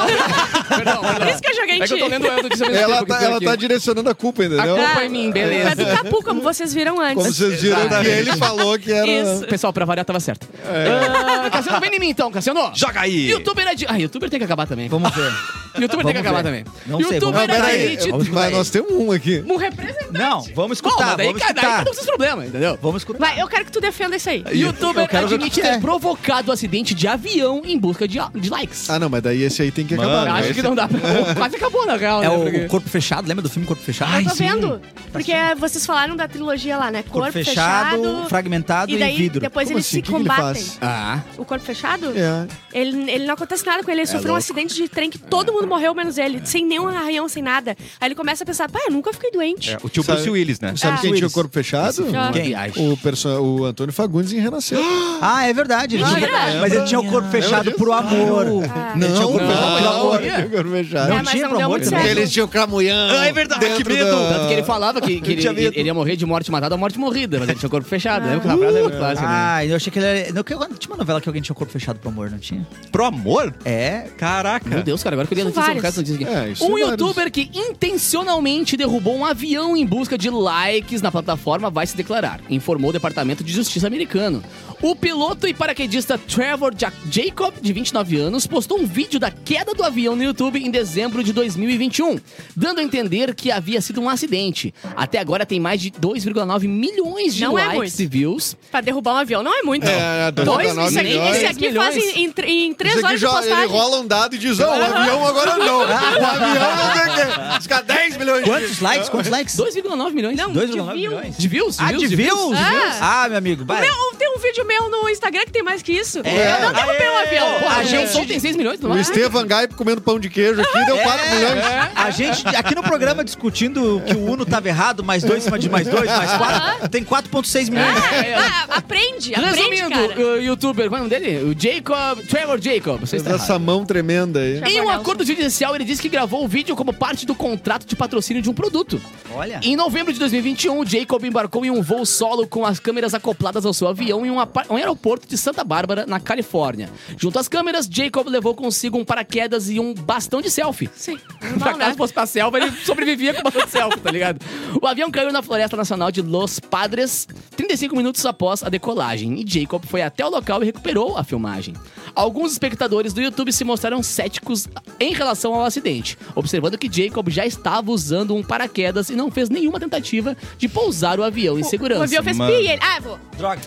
Perdão, Por perdão. isso que eu joguei em É que eu tô ti. lendo a notícia ao mesmo Ela tempo tá, que eu ela tô tá aqui. direcionando a culpa, A entendeu? culpa é minha, É do beleza. Capu, como vocês viram antes. Como vocês viram que ele falou que era... Pessoal, pra variar, tava certo. É. Ah, Cassiano, vem em mim então, Cassiano. Joga aí! Youtuber é de... Ah, youtuber tem que acabar também. Vamos ver. Youtuber tem que Vamos acabar ver. também. Não sei, youtuber vamos é ver. da Peraí, elite. vamos- Mas nós temos um aqui. Um representante. Não, vamos Bom, escutar, mas daí, vamos daí escutar. todos os problemas, entendeu? Vamos escutar. Vai, eu quero que tu defenda isso aí. Youtuber Eu quero ver o admite que que é. ter provocado acidente de avião em busca de, de likes. Ah, não, mas daí esse aí tem que Mano, acabar. né? Acho que não dá pra... Quase acabou, na real, É né? o, porque- o Corpo Fechado, lembra do filme Corpo Fechado? Eu Ah, tô vendo. Porque vocês falaram da trilogia lá, né? Corpo, Corpo, fechado, fragmentado E e, daí vidro. depois Como eles assim? se O que que ele combatem. faz? Ah, o corpo fechado? É. Ele, ele não acontece nada com ele. Ele sofreu um louco. acidente de trem que todo mundo morreu, menos ele. Sem nenhum arranhão, sem nada. Aí ele começa a pensar, pá, eu nunca fiquei doente. É, o tio Sabe- Bruce Willis, né? Sabe Ah. quem tinha o corpo fechado? Ah. Quem? O, perso... o Antônio Fagundes em Renascer. Ah, é verdade. ele Mentira. tinha- Mas ele tinha o corpo fechado pro amor. Ele tinha o corpo fechado pro amor. ele tinha o corpo fechado. É, mas tinha não pro deu amor muito também. certo. Eles tinham cramunhão. Ah, é verdade, dentro que medo. da- Tanto que ele falava que, que ele, Ah. tinha medo. ele ia morrer de morte matada ou morte morrida, mas ele tinha o corpo fechado. Ah. Lembra que o rapaz é muito clássico, né? Ah, eu achei que ele era. não, que- Tinha uma novela que alguém tinha o corpo fechado pro amor, não tinha? Pro amor? É. Caraca! Meu Deus, cara, agora que eu li a São notícia sobre vários. essa notícia É, aqui. isso um são vários. youtuber que intencionalmente derrubou um avião em busca de likes na plataforma vai se declarar, informou o Departamento de Justiça americano. O piloto e paraquedista Trevor Ja- Jacob, de 29 anos, postou um vídeo da queda do avião no YouTube em dezembro de 2021, dando a entender que havia sido um acidente. Até agora tem mais de 2,9 milhões de Não é likes muito. e views. Pra derrubar um avião não é muito. É, Dois, 2,9 isso aqui, milhões. esse aqui faz em, em, tr- em três Isso aqui horas de já- ele postagem. rola um dado e diz: Não, o avião agora não. O avião não sei o quê. Os caras 10 milhões de Quantos likes? Quantos likes? 2,9 milhões? Não, Dois vírgula nove de view. milhões. De views? Ah, de views? views? Ah, meu amigo, vai. Meu, tem um um vídeo meu no Instagram que tem mais que isso. É. Eu não derrubei um avião. Pô, a É. gente tem 6 milhões no O ar. Estevam Gai comendo pão de queijo aqui deu 4 milhões. A gente, aqui no programa, discutindo que o Uno tava errado, mais dois em cima de mais dois, mais quatro, tem 4,6 milhões. É, é. Ah, aprende, aprende, Resumindo, cara. o youtuber, qual é o nome dele? O Jacob, Trevor Jacob. Você está errado. Essa mão tremenda aí. Em um acordo judicial, ele disse que gravou o vídeo como parte do contrato de patrocínio de um produto. Olha. Em novembro de 2021, o Jacob embarcou em um voo solo com as câmeras acopladas ao seu avião em um, apa- um aeroporto de Santa Bárbara, na Califórnia. Junto às câmeras, Jacob levou consigo um paraquedas e um bastão de selfie. Sim, Se normal, acaso né? fosse pra selva, ele sobrevivia com bastante selfie, tá ligado? O avião caiu na Floresta Nacional de Los Padres 35 minutos após a decolagem. E Jacob foi até o local e recuperou a filmagem. Alguns espectadores do YouTube se mostraram céticos em relação ao acidente, observando que Jacob já estava usando um paraquedas e não fez nenhuma tentativa de pousar o avião em O segurança. avião fez Mano. pi e ele... Ah, vou. Droga.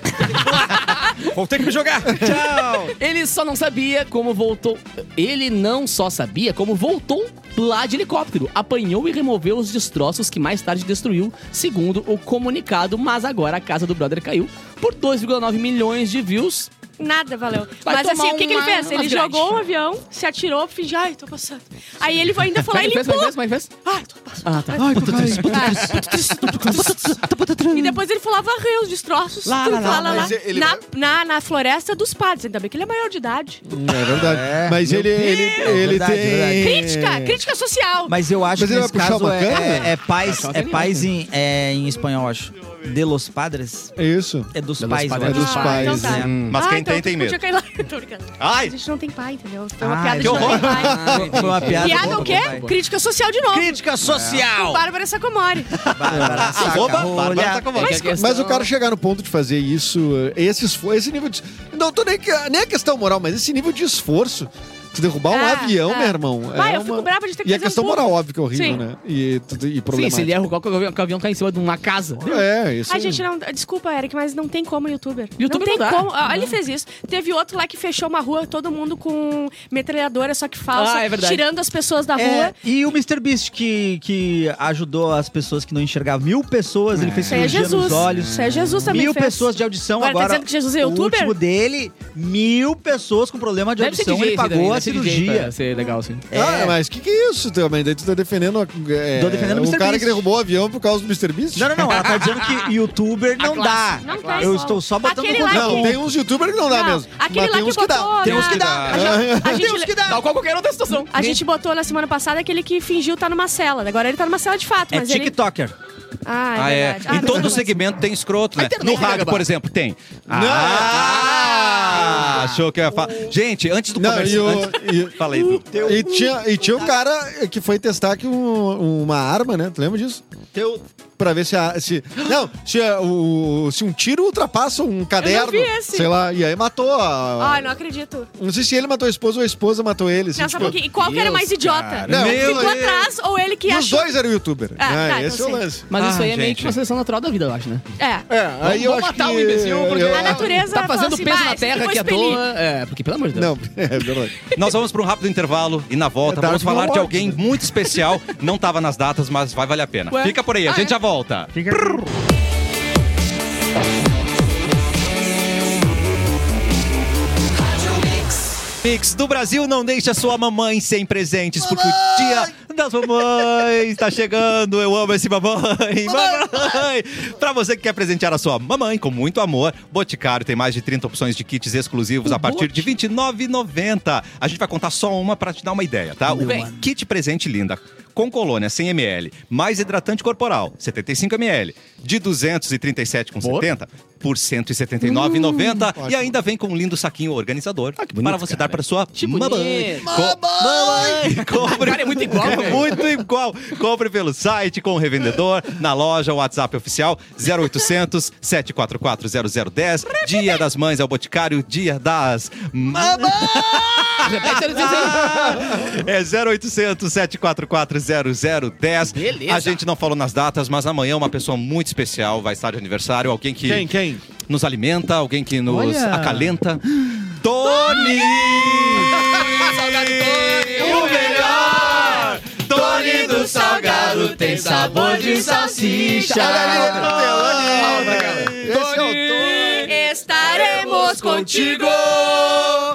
Vou ter que me jogar. Tchau. Ele só não sabia como voltou. Ele não só sabia como voltou lá de helicóptero. Apanhou e removeu os destroços que mais tarde destruiu, segundo o comunicado. Mas agora a casa do brother caiu por 2,9 milhões de views. Nada valeu. Vai Mas assim, tomar o que, que ele uma- fez? Ele umas jogou grades. um avião, se atirou, fingiu, ai, tô passando. Aí ele foi- ainda foi lá e Como é que fez? limpou. Como é que fez? Ai, tô passando. Ah, tá. Ai, puta triste, puta triste, E depois ele foi lá varrer os destroços. Lá, tudo lá, lá, lá, um. mas ele- Na, na, na floresta dos padres. Ainda bem que ele é maior de idade. É verdade. Mas ele, ele, ele Verdade, tem. verdade. Crítica, crítica social. Mas eu acho Mas ele que vai nesse puxar caso uma é, cana? é, é paz, Puxar é uma paz em, é, em espanhol, acho. De los padres. É isso. É dos De los pais, padres. É né? dos Ah, pais, então Mas tá. Hum. Ah, quem então tem, tem tu medo. Podia cair lá. Tô brincando. A Ai! gente não tem pai, entendeu? Foi uma Ah, piada de que não ter horror. pai. Foi uma piada. Piada boa, o quê? papai. Crítica social de novo. Crítica social! Bárbara Sacomori. Ah, Bárbara Ah, Arroba Sacarolha. Bárbara Sacomori. É que a Mas questão- o cara chegar no ponto de fazer isso, eh, esse esforço, esse nível de. Não tô nem, que- nem a questão moral, mas esse nível de esforço. Tu derrubar um Ah, avião, ah. meu irmão. Vai, é eu fico uma- brava de ter que E a fazer um questão moral, público. óbvio, que é horrível, Sim. né? E, tudo- e Sim, se ele problemática. erra o qual que o avião, que o avião cai em cima de uma casa. É, isso A aí. gente não. Desculpa, Eric, mas não tem como youtuber. Youtuber não tem não dá. como. Ah, Ele fez isso. Teve outro lá que fechou uma rua, todo mundo com metralhadora, só que falsa, Ah, é verdade. tirando as pessoas da É, rua. e o Mr. Beast que, que ajudou as pessoas que não enxergavam. Mil pessoas, ele fez Isso aí é cirurgia nos Jesus. olhos. Isso aí é Jesus também. Mil fez. pessoas de audição Agora tá agora. dizendo que Jesus é O youtuber? último dele, mil pessoas com problema de Deve ser audição. DJ Ele pagou né? também, a deve ser DJ é. pra cirurgia. ser legal, assim. Ah, mas que que é isso também? Daí tu tá defendendo, a- é, Tô defendendo o Mr. cara Beast. que derrubou o avião por causa do Mr. Beast? Não, não, não. Ela tá dizendo que youtuber não dá. Não tem Eu como. estou só botando Aquele contra lá o Não, que- tem uns youtubers que não dá Não, mesmo. Aquele mas lá tem uns que que dá. botou. Tem né? uns que dá. A gente- A Tem uns que gente. dá. Tal qual qualquer outra situação. A gente botou na semana passada aquele que fingiu estar numa cela. Agora ele tá numa cela de fato, É mas ele. TikToker. Ah, é Ah, é. verdade. Ah, em todo desculpa. segmento tem escroto, né? internet, No né, rádio, Gabá? por exemplo, tem. Ah! Achou que eu ia falar. Gente, antes do Não, e comercial. o- antes- e- Fala aí, Edu. E tinha, e tinha um cara que foi testar aqui um- uma arma, né? Tu lembra disso? Teu. Pra ver se a. Se, não, se, a- o, se um tiro ultrapassa um caderno. vi esse. Sei lá, e aí matou a. Ai, não acredito. Não sei se ele matou a esposa ou a esposa matou ele. assim, Não, sabe tipo, o que- e qual que era mais idiota? Não, Meu Ficou Deus. atrás ou ele que e os achou? dois eram youtuber. Ah, né? tá, Esse é então o sim. lance. Mas isso Ah, aí é meio gente. que uma seleção natural da vida, eu acho, né? É. É, aí eu vamos acho matar que. o imbecil, porque eu- Ah, A natureza Tá falou fazendo assim, peso "Vai, na esse aqui terra foi que à expelir." toa. É, porque pelo amor de Deus. Não, é verdade. Nós vamos para um rápido intervalo e na volta É Dark vamos falar de Lord. alguém muito especial. Não tava nas datas, mas vai valer a pena. Ué? Fica por aí, a Ah, gente é? já volta. Mix do Brasil, não deixe a sua mamãe sem presentes, porque o dia das mamães está chegando. Eu amo esse mamãe. Mamãe! Para você que quer presentear a sua mamãe com muito amor, Boticário tem mais de 30 opções de kits exclusivos a partir de R$ 29,90. A gente vai contar só uma para te dar uma ideia, tá? O Bem. kit presente linda. Com colônia 100ml, mais hidratante corporal 75ml, de 237,70 por 179,90 e ainda vem com um lindo saquinho organizador para você dar para sua Que bonito. mamãe. Co- mamãe! Compre... Cara, é muito igual, velho. muito igual. Compre pelo site, com o revendedor, na loja, o WhatsApp oficial 0800 744 0010. Dia das Mães é o Boticário, Dia das Mamães Repete aí, repete aí. é 0800 744 0010. Beleza. A gente não falou nas datas, mas amanhã uma pessoa muito especial vai estar de aniversário. Alguém que Quem, quem? nos alimenta, alguém que nos Olha. acalenta. Tony! O melhor! Tony do salgado tem sabor de salsicha. Olha ali, Tony! Esse é o Tony! Estarei contigo.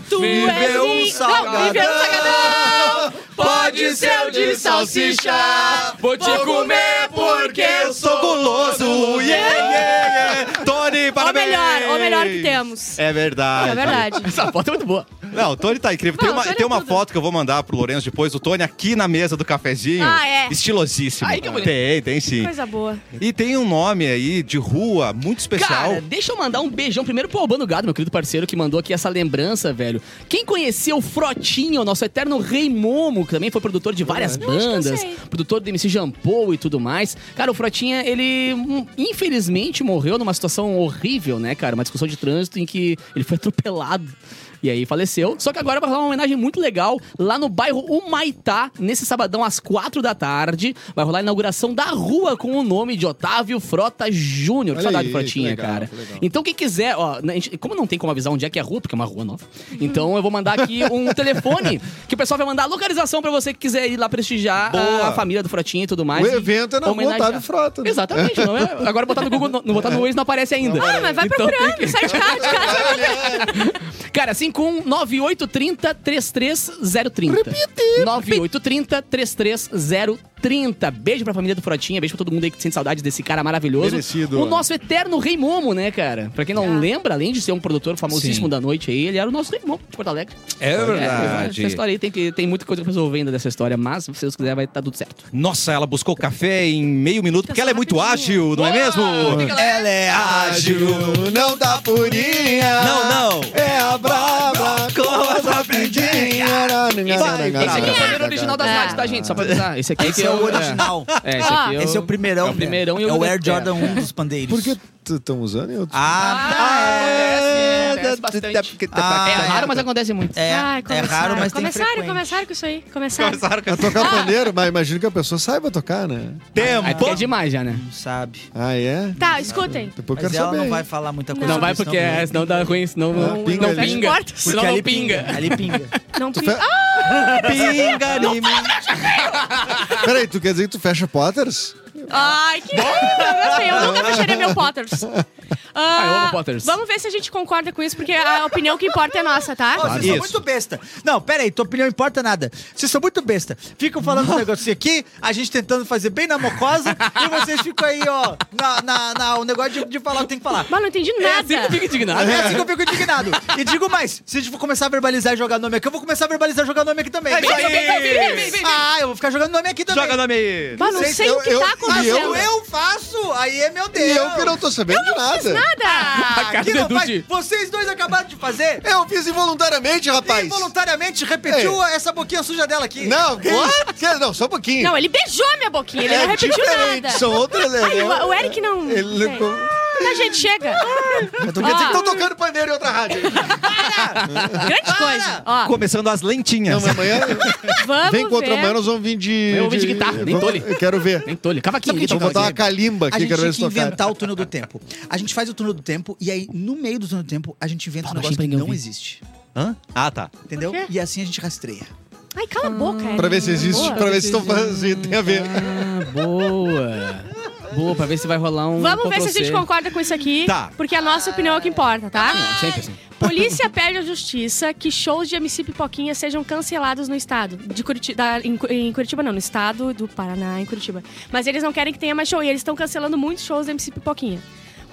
Tu Viver és um mi- Não, salgadão. viver um salgadão. Pode ser o de salsicha. Vou te comer porque eu sou guloso. Yeah, yeah, yeah. Tony, O parabéns! melhor, o melhor que temos. É verdade. É verdade. Essa foto é muito boa. Não, o Tony tá incrível. Tem Não, o uma, Tony tem é uma tudo. foto que eu vou mandar pro Lourenço depois. O Tony aqui na mesa do cafezinho. Ah, é. Estilosíssimo. Ai, que bonito. Tem, tem sim. Coisa boa. E tem um nome aí de rua muito especial. Cara, deixa eu mandar um beijão primeiro pro Albano Gado, meu querido parceiro, que mandou aqui essa lembrança, velho. Quem conheceu o Frotinho, nosso eterno Rei Momo, que também foi produtor de várias acho que eu bandas, sei. produtor do MC Jampou e tudo mais. Cara, o Frotinha, ele hum, infelizmente morreu numa situação horrível, né, cara? Uma discussão de trânsito em que ele foi atropelado. E aí faleceu. Só que agora vai rolar uma homenagem muito legal lá no bairro Humaitá, nesse sabadão às quatro da tarde. Vai rolar a inauguração da rua com o nome de Otávio Frota Júnior. Que Olha saudade aí, do Frotinha, que legal, cara. que legal. Então, quem quiser, ó, na- a gente- como não tem como avisar onde é que é a rua, porque é uma rua nova, então eu vou mandar aqui um telefone que o pessoal vai mandar a localização pra você que quiser ir lá prestigiar Boa. a, a família do Frotinha e tudo mais. O e evento é na rua homenagear. Otávio Frota, né? É. Exatamente. não é- agora botar no Google, não, não botar no Waze não aparece ainda. Ah, mas vai Então, procurando, sai de casa, de casa. Cara, 519830-33030. Repite! 9830-33030. Beijo pra família do Frotinha, beijo pra todo mundo aí que sente saudade desse cara maravilhoso. Merecido. O nosso eterno Rei Momo, né, cara? Pra quem não Ah. lembra, além de ser um produtor famosíssimo Sim. da noite aí, ele era o nosso Rei Momo de Porto Alegre. É verdade. Essa história aí tem, que, tem muita coisa pra resolver ainda dessa história, mas se vocês quiserem vai estar tudo certo. Nossa, ela buscou café em meio minuto, porque ela é muito Rapidinho. ágil, não é mesmo? Ela é ágil, não dá purinha. Não, não. É a brava com as rapidinha. Vai, Esse aqui é o primeiro original das É. rádios, tá, gente? Só pra avisar. Esse aqui Esse que é eu- o original. É, esse aqui Ah, Esse é o primeirão. É o primeirão Então né? e o É o Air Liberté. Jordan 1 dos pandeiros. Por que estão usando em outros? Ah, Ah, é, Ah, acontece bastante. Ah, É é. raro, mas acontece muito. é, Ai, é começaram. raro, mas tem Começaram, frequente. começaram com isso aí. Começaram. Começaram com A tocar pandeiro, mas imagino que a pessoa saiba tocar, né? Aí tempo. porque é demais já, né? Não sabe. Ah, é? Tá, escutem. Depois eu Mas quero ela saber. não hein? vai falar muita coisa. Não sobre vai isso, porque é, senão dá ruim, senão não, pinga não ali. pinga. É assim Fecha as portas. Senão não pinga. Ali pinga. Não Tu pi- fe- Ah, Pinga em mim. Peraí, tu quer dizer que tu fecha Potters? Ai, que lindo! Eu gostei. Eu nunca fecharia meu Potters. Ah, eu amo Potters. Vamos ver se a gente concorda com isso, porque a opinião que importa é nossa, tá? Ô, Vocês são Isso. muito besta. Não, pera aí, tua opinião importa nada. Vocês são muito besta. Ficam falando um negócio aqui, a gente tentando fazer bem na mocosa, e vocês ficam aí, ó, na, na, na- o negócio de, de falar o que tem que falar. Mas não entendi É assim nada. que fica indignado. É assim que eu fico indignado. E digo mais, se a gente for começar a verbalizar e jogar nome aqui, eu vou começar a verbalizar e jogar nome aqui também. isso aí. Ah, eu vou ficar jogando nome aqui também. Joga nome aí. Mas não sei, Vocês- o que eu- tá eu- Mas acontecendo. eu, eu faço, aí é meu E Deus. eu que não tô sabendo de nada. Nada. A cara Aqui do não Edu faz. de- Vocês dois acabaram de fazer. Eu fiz involuntariamente, rapaz. Involuntariamente repetiu essa boquinha suja dela aqui. Não, quer- não, só um pouquinho. Não, ele beijou a minha boquinha, ele não é repetiu diferente, nada. são outras... Ai, né? o, o Eric não. Ele... Sei. Tá, gente, chega. Tu quer dizer Ah. que estão tocando pandeiro em outra rádio. Grande coisa. Ó, Começando as lentinhas. Não, mas amanhã Tá vamos vem com outra ver. mão, nós vamos vir de... Eu vou vir de guitarra, nem vamos- tole. Eu quero ver. Nem tolho. Cavaquinho. Vou botar uma calimba A aqui, gente quero tinha ver se que tocar. inventar o túnel do tempo. A gente faz o túnel do tempo e aí, no meio do túnel do tempo, a gente inventa um Fala negócio que baixinho pra não ninguém existe. Hã? Ah, tá. Entendeu? Por quê? E assim a gente rastreia. Ai, cala a boca, Eric. Pra ver se existe, Boa. pra ver se estão fazendo, tem a ver. Ah, boa. Boa, pra ver se vai rolar um Vamos ver se a gente Ctrl+C. concorda com isso aqui. Tá. Porque a nossa opinião é o que importa, tá? Não, sempre assim. Polícia pede à justiça que shows de MC Pipoquinha sejam cancelados no estado. De Curitiba, em, Cu- em Curitiba, não, no estado do Paraná, em Curitiba. Mas eles não querem que tenha mais show e eles estão cancelando muitos shows do MC Pipoquinha.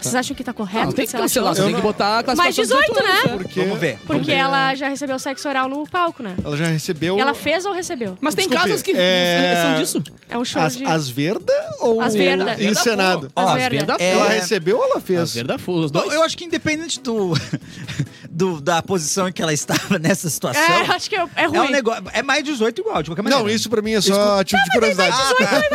Vocês acham que tá correto? Não, tem que show? cancelar, você tem que botar a classificação. Mais 18, né? Porque Vamos ver. Porque ela já recebeu sexo oral no palco, né? ela já recebeu... Ela fez ou recebeu? Mas tem Desculpe, casos que é- são disso. É um show As, de. as verda ou As verda. encenado? As Ó, verda. verda É. Ela recebeu ou ela As fez? verda full, os Bom, dois. eu acho que independente do, do- da posição em que ela estava nessa situação, É, acho que é, é ruim. é um negócio. É mais 18 igual, de qualquer maneira. Não, isso pra mim é só tipo de tá curiosidade. né?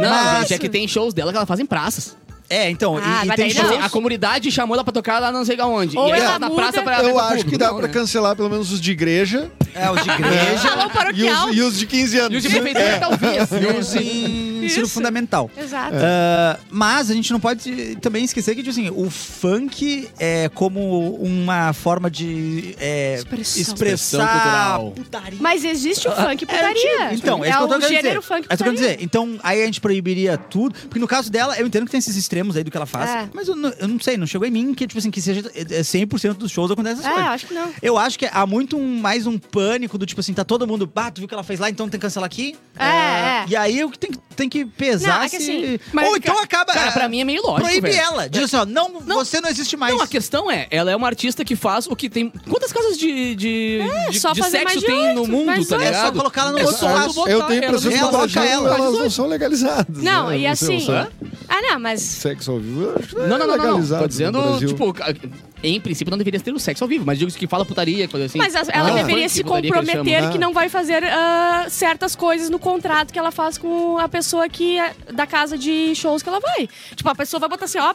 Não, mas- gente, é que tem shows dela que ela faz em praças. É, então, Ah, e- e, mas tem daí não. shows. Tipo assim, A comunidade chamou ela pra tocar lá não sei aonde. Ou e aí tá ela na muda- praça pra Eu pra acho público. que dá Não, pra né? cancelar pelo menos os de igreja É, os de igreja. Alô, e paroquial. os, e os de 15 anos. tá E os de prefeitura talvez. e né? os em ensino Isso. fundamental. É. Exato. Ah, mas a gente não pode também esquecer que, tipo assim, o funk é como uma forma de é, Expressão. Expressão expressar cultural. putaria. Mas existe o funk É, putaria. tipo, Então, é, é isso que eu tô o querendo gênero dizer. funk É isso que putaria. eu quero dizer. Então, aí a gente proibiria tudo. Porque no caso dela, eu entendo que tem esses extremos aí do que ela faz. É. Mas eu, não- eu não sei, não chegou em mim que, tipo assim, que seja é, é 100% dos shows assim, acontece essas É, coisas. acho que não. Eu acho que há muito um- mais um pânico do tipo assim, tá todo mundo, bah, tu viu o que ela fez lá, então tem que cancelar aqui. É, é. E aí o que tem, que- tem que pesar Não, é que se... assim, mas Ou então ca- acaba... Cara, pra mim é meio lógico, Proíbe velho. ela. Diz assim, ó, não, você não existe mais. Não, a questão é, ela é uma artista que faz o que tem. Quantas casas de, de, de, É, só de fazer sexo mais de tem no oito, mundo, mais tá oito. É ligado? só colocar ela no É outro só laço. tu botar Eu tenho a impressão que ela no ela no outro coloca lado. Brasil ela. elas não são legalizadas. um Não, né? e sei, assim. são. Ah, não, mas. Sexo ao vivo, eu acho que não, Não, não, é não, não, não. legalizado Tô no dizendo, Brasil. tipo, ca- em princípio não deveria ter o sexo ao vivo, mas digo que fala putaria, coisa assim. Mas as- ela Ah. deveria Funk, se putaria que né? eles chamam. comprometer Ah. que não vai fazer ah, certas coisas no contrato que ela faz com a pessoa que é da casa de shows que ela vai. Tipo, a pessoa vai botar assim, ó,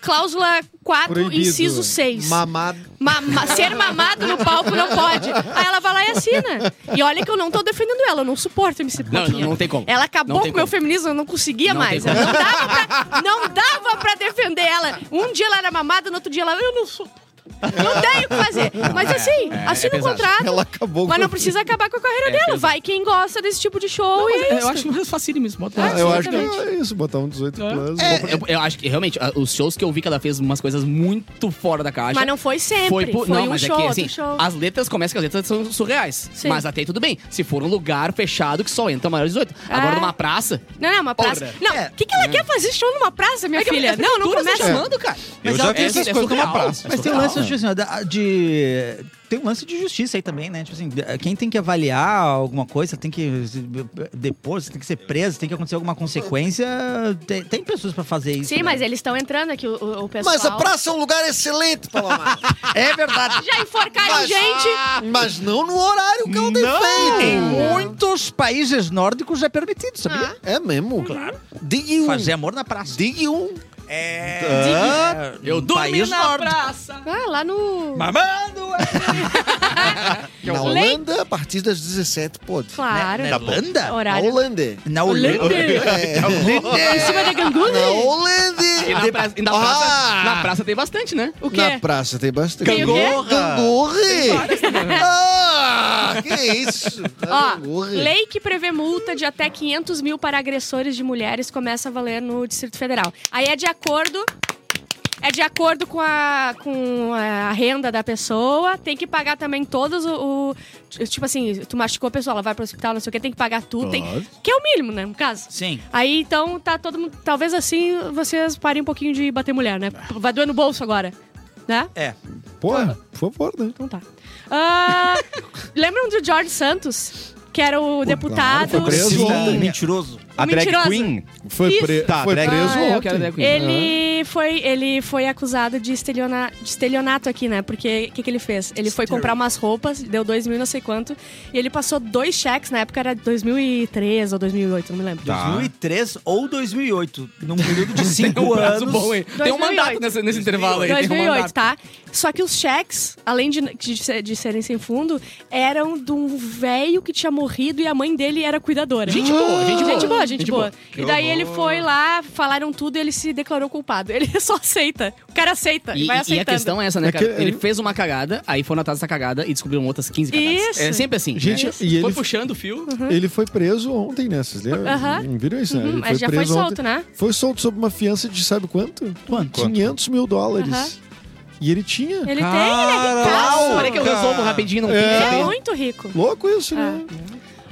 cláusula 4, Proibido. né? inciso 6. Mamado. Ma- ma- ser mamado no palco não pode. Aí ela vai lá e assina. E olha que eu não tô defendendo ela, eu não suporto MC né? Não, Pouquinho. não, não tem como. Ela acabou Não com tem o meu como. feminismo, eu não conseguia Não mais. tem Eu não, como. dava pra, não dava pra defender ela. Um dia ela era mamada, no outro dia ela. Eu não sou. Não tenho o que fazer. Mas assim, assina o É, pesado. contrato. Ela acabou mas com- não precisa acabar com a carreira dela. Vai quem gosta desse tipo de show e é Eu isso. acho que não é facílimo isso. bota Ah, lá. Ah, eu acho que Exatamente. é isso, botar um 18 plus. É, eu, eu acho que realmente, ah, os shows que eu vi que ela fez umas coisas muito fora da caixa. Mas não foi sempre. Foi, pu- um mas show, é que, outro assim, show. as letras começam que as letras são surreais. Sim. Mas até aí tudo bem. Se for um lugar fechado que só entra maior de 18. Ah. Agora numa praça. Não, não, uma praça. Porra. É. Não, o que, que ela quer fazer show numa praça, minha filha? Não, não Prefeitura tá começa. chamando, cara. é Eu já vi essas coisas numa praça. Mas tem um lance tipo assim, ó, da- de. Tem um lance de justiça aí também, né? Tipo assim, quem tem que avaliar alguma coisa, tem que se- depor, você tem que ser preso, tem que acontecer alguma consequência. Tem, tem pessoas pra fazer isso. Sim, né? mas eles estão entrando aqui, o, o- o pessoal. Mas a praça é um lugar excelente, Paloma. É verdade. Já enforcaram gente. Mas não no horário né, que eu tenho Em feito. muitos países nórdicos é permitido, sabia? É Uhum. mesmo? Claro. Digue um. Fazer amor na praça. Digue um. É. Eu um dormi país na nórdico. praça. Ah, lá no. Mamando! Na Ah, Holanda, a partir das 17 pode. Claro. Na banda? Na Horário. Holanda. Na Holanda. É. Em cima da Na Ganguly? E na, Holanda. praça, e na, praça, Ah! na praça tem bastante, né? O Na quê? praça tem bastante. Tem o quê? Gangorre! Ah, que isso? Ó, Gangorre. lei que prevê multa de até 500 mil para agressores de mulheres começa a valer no Distrito Federal. Aí é de acordo. É de acordo com a, com a renda da pessoa, tem que pagar também todos o, o- Tipo assim, tu machucou a pessoa, ela vai pro hospital, não sei o que, tem que pagar tudo. tem- que é o mínimo, né, no caso. Sim. Aí então tá todo mundo. Talvez assim vocês parem um pouquinho de bater mulher, né? Vai doer no bolso agora. Né? É. Porra, por favor, né? Então tá. Ah, lembram do George Santos? Que era o deputado. foi preso Sim. um ontem. Mentiroso. A drag Mentirosa. queen Foi, Isso. pre- Tá, foi drag- preso Ah, é eu quero ontem. drag queen. Ele foi, ele foi acusado de, estelionato, de estelionato aqui, né? Porque o que, que ele fez? Ele foi comprar umas roupas, deu dois mil, não sei quanto, e ele passou dois cheques, na época era 2003 ou 2008, não me lembro. Ah. Tá. 2003 ou 2008. Num período de É. Um 5 prazo anos. bom, hein? Tem um 2008. mandato nesse, nesse intervalo aí. Tem um 2008, mandato. tá? Só que os cheques, além de, de, ser- de serem sem fundo, eram de um velho que tinha morrido e a mãe dele era cuidadora. Gente boa, gente boa. Gente boa, gente, Gente boa. E boa. daí ele foi lá, falaram tudo e ele se declarou culpado. Ele só aceita. O cara aceita E, e vai e a aceitando. questão é essa, né, cara? Aquele- Ele fez uma cagada, aí foram atrás dessa cagada e descobriram outras 15 cagadas. Isso. É sempre assim. Gente, né? e Foi ele- puxando o fio. Ele foi preso ontem, né? Vocês lembram? Uhum. Aham. Viram isso, né? Uhum, Ele mas já foi preso solto, ontem. né? Foi solto sob uma fiança de sabe quanto? Quanto? 500 mil dólares. E ele tinha. Ele tem, ele é ricaço. Olha "Ah, que eu resolvo rapidinho, não tem Ele é que saber. muito rico. Louco isso, É. né?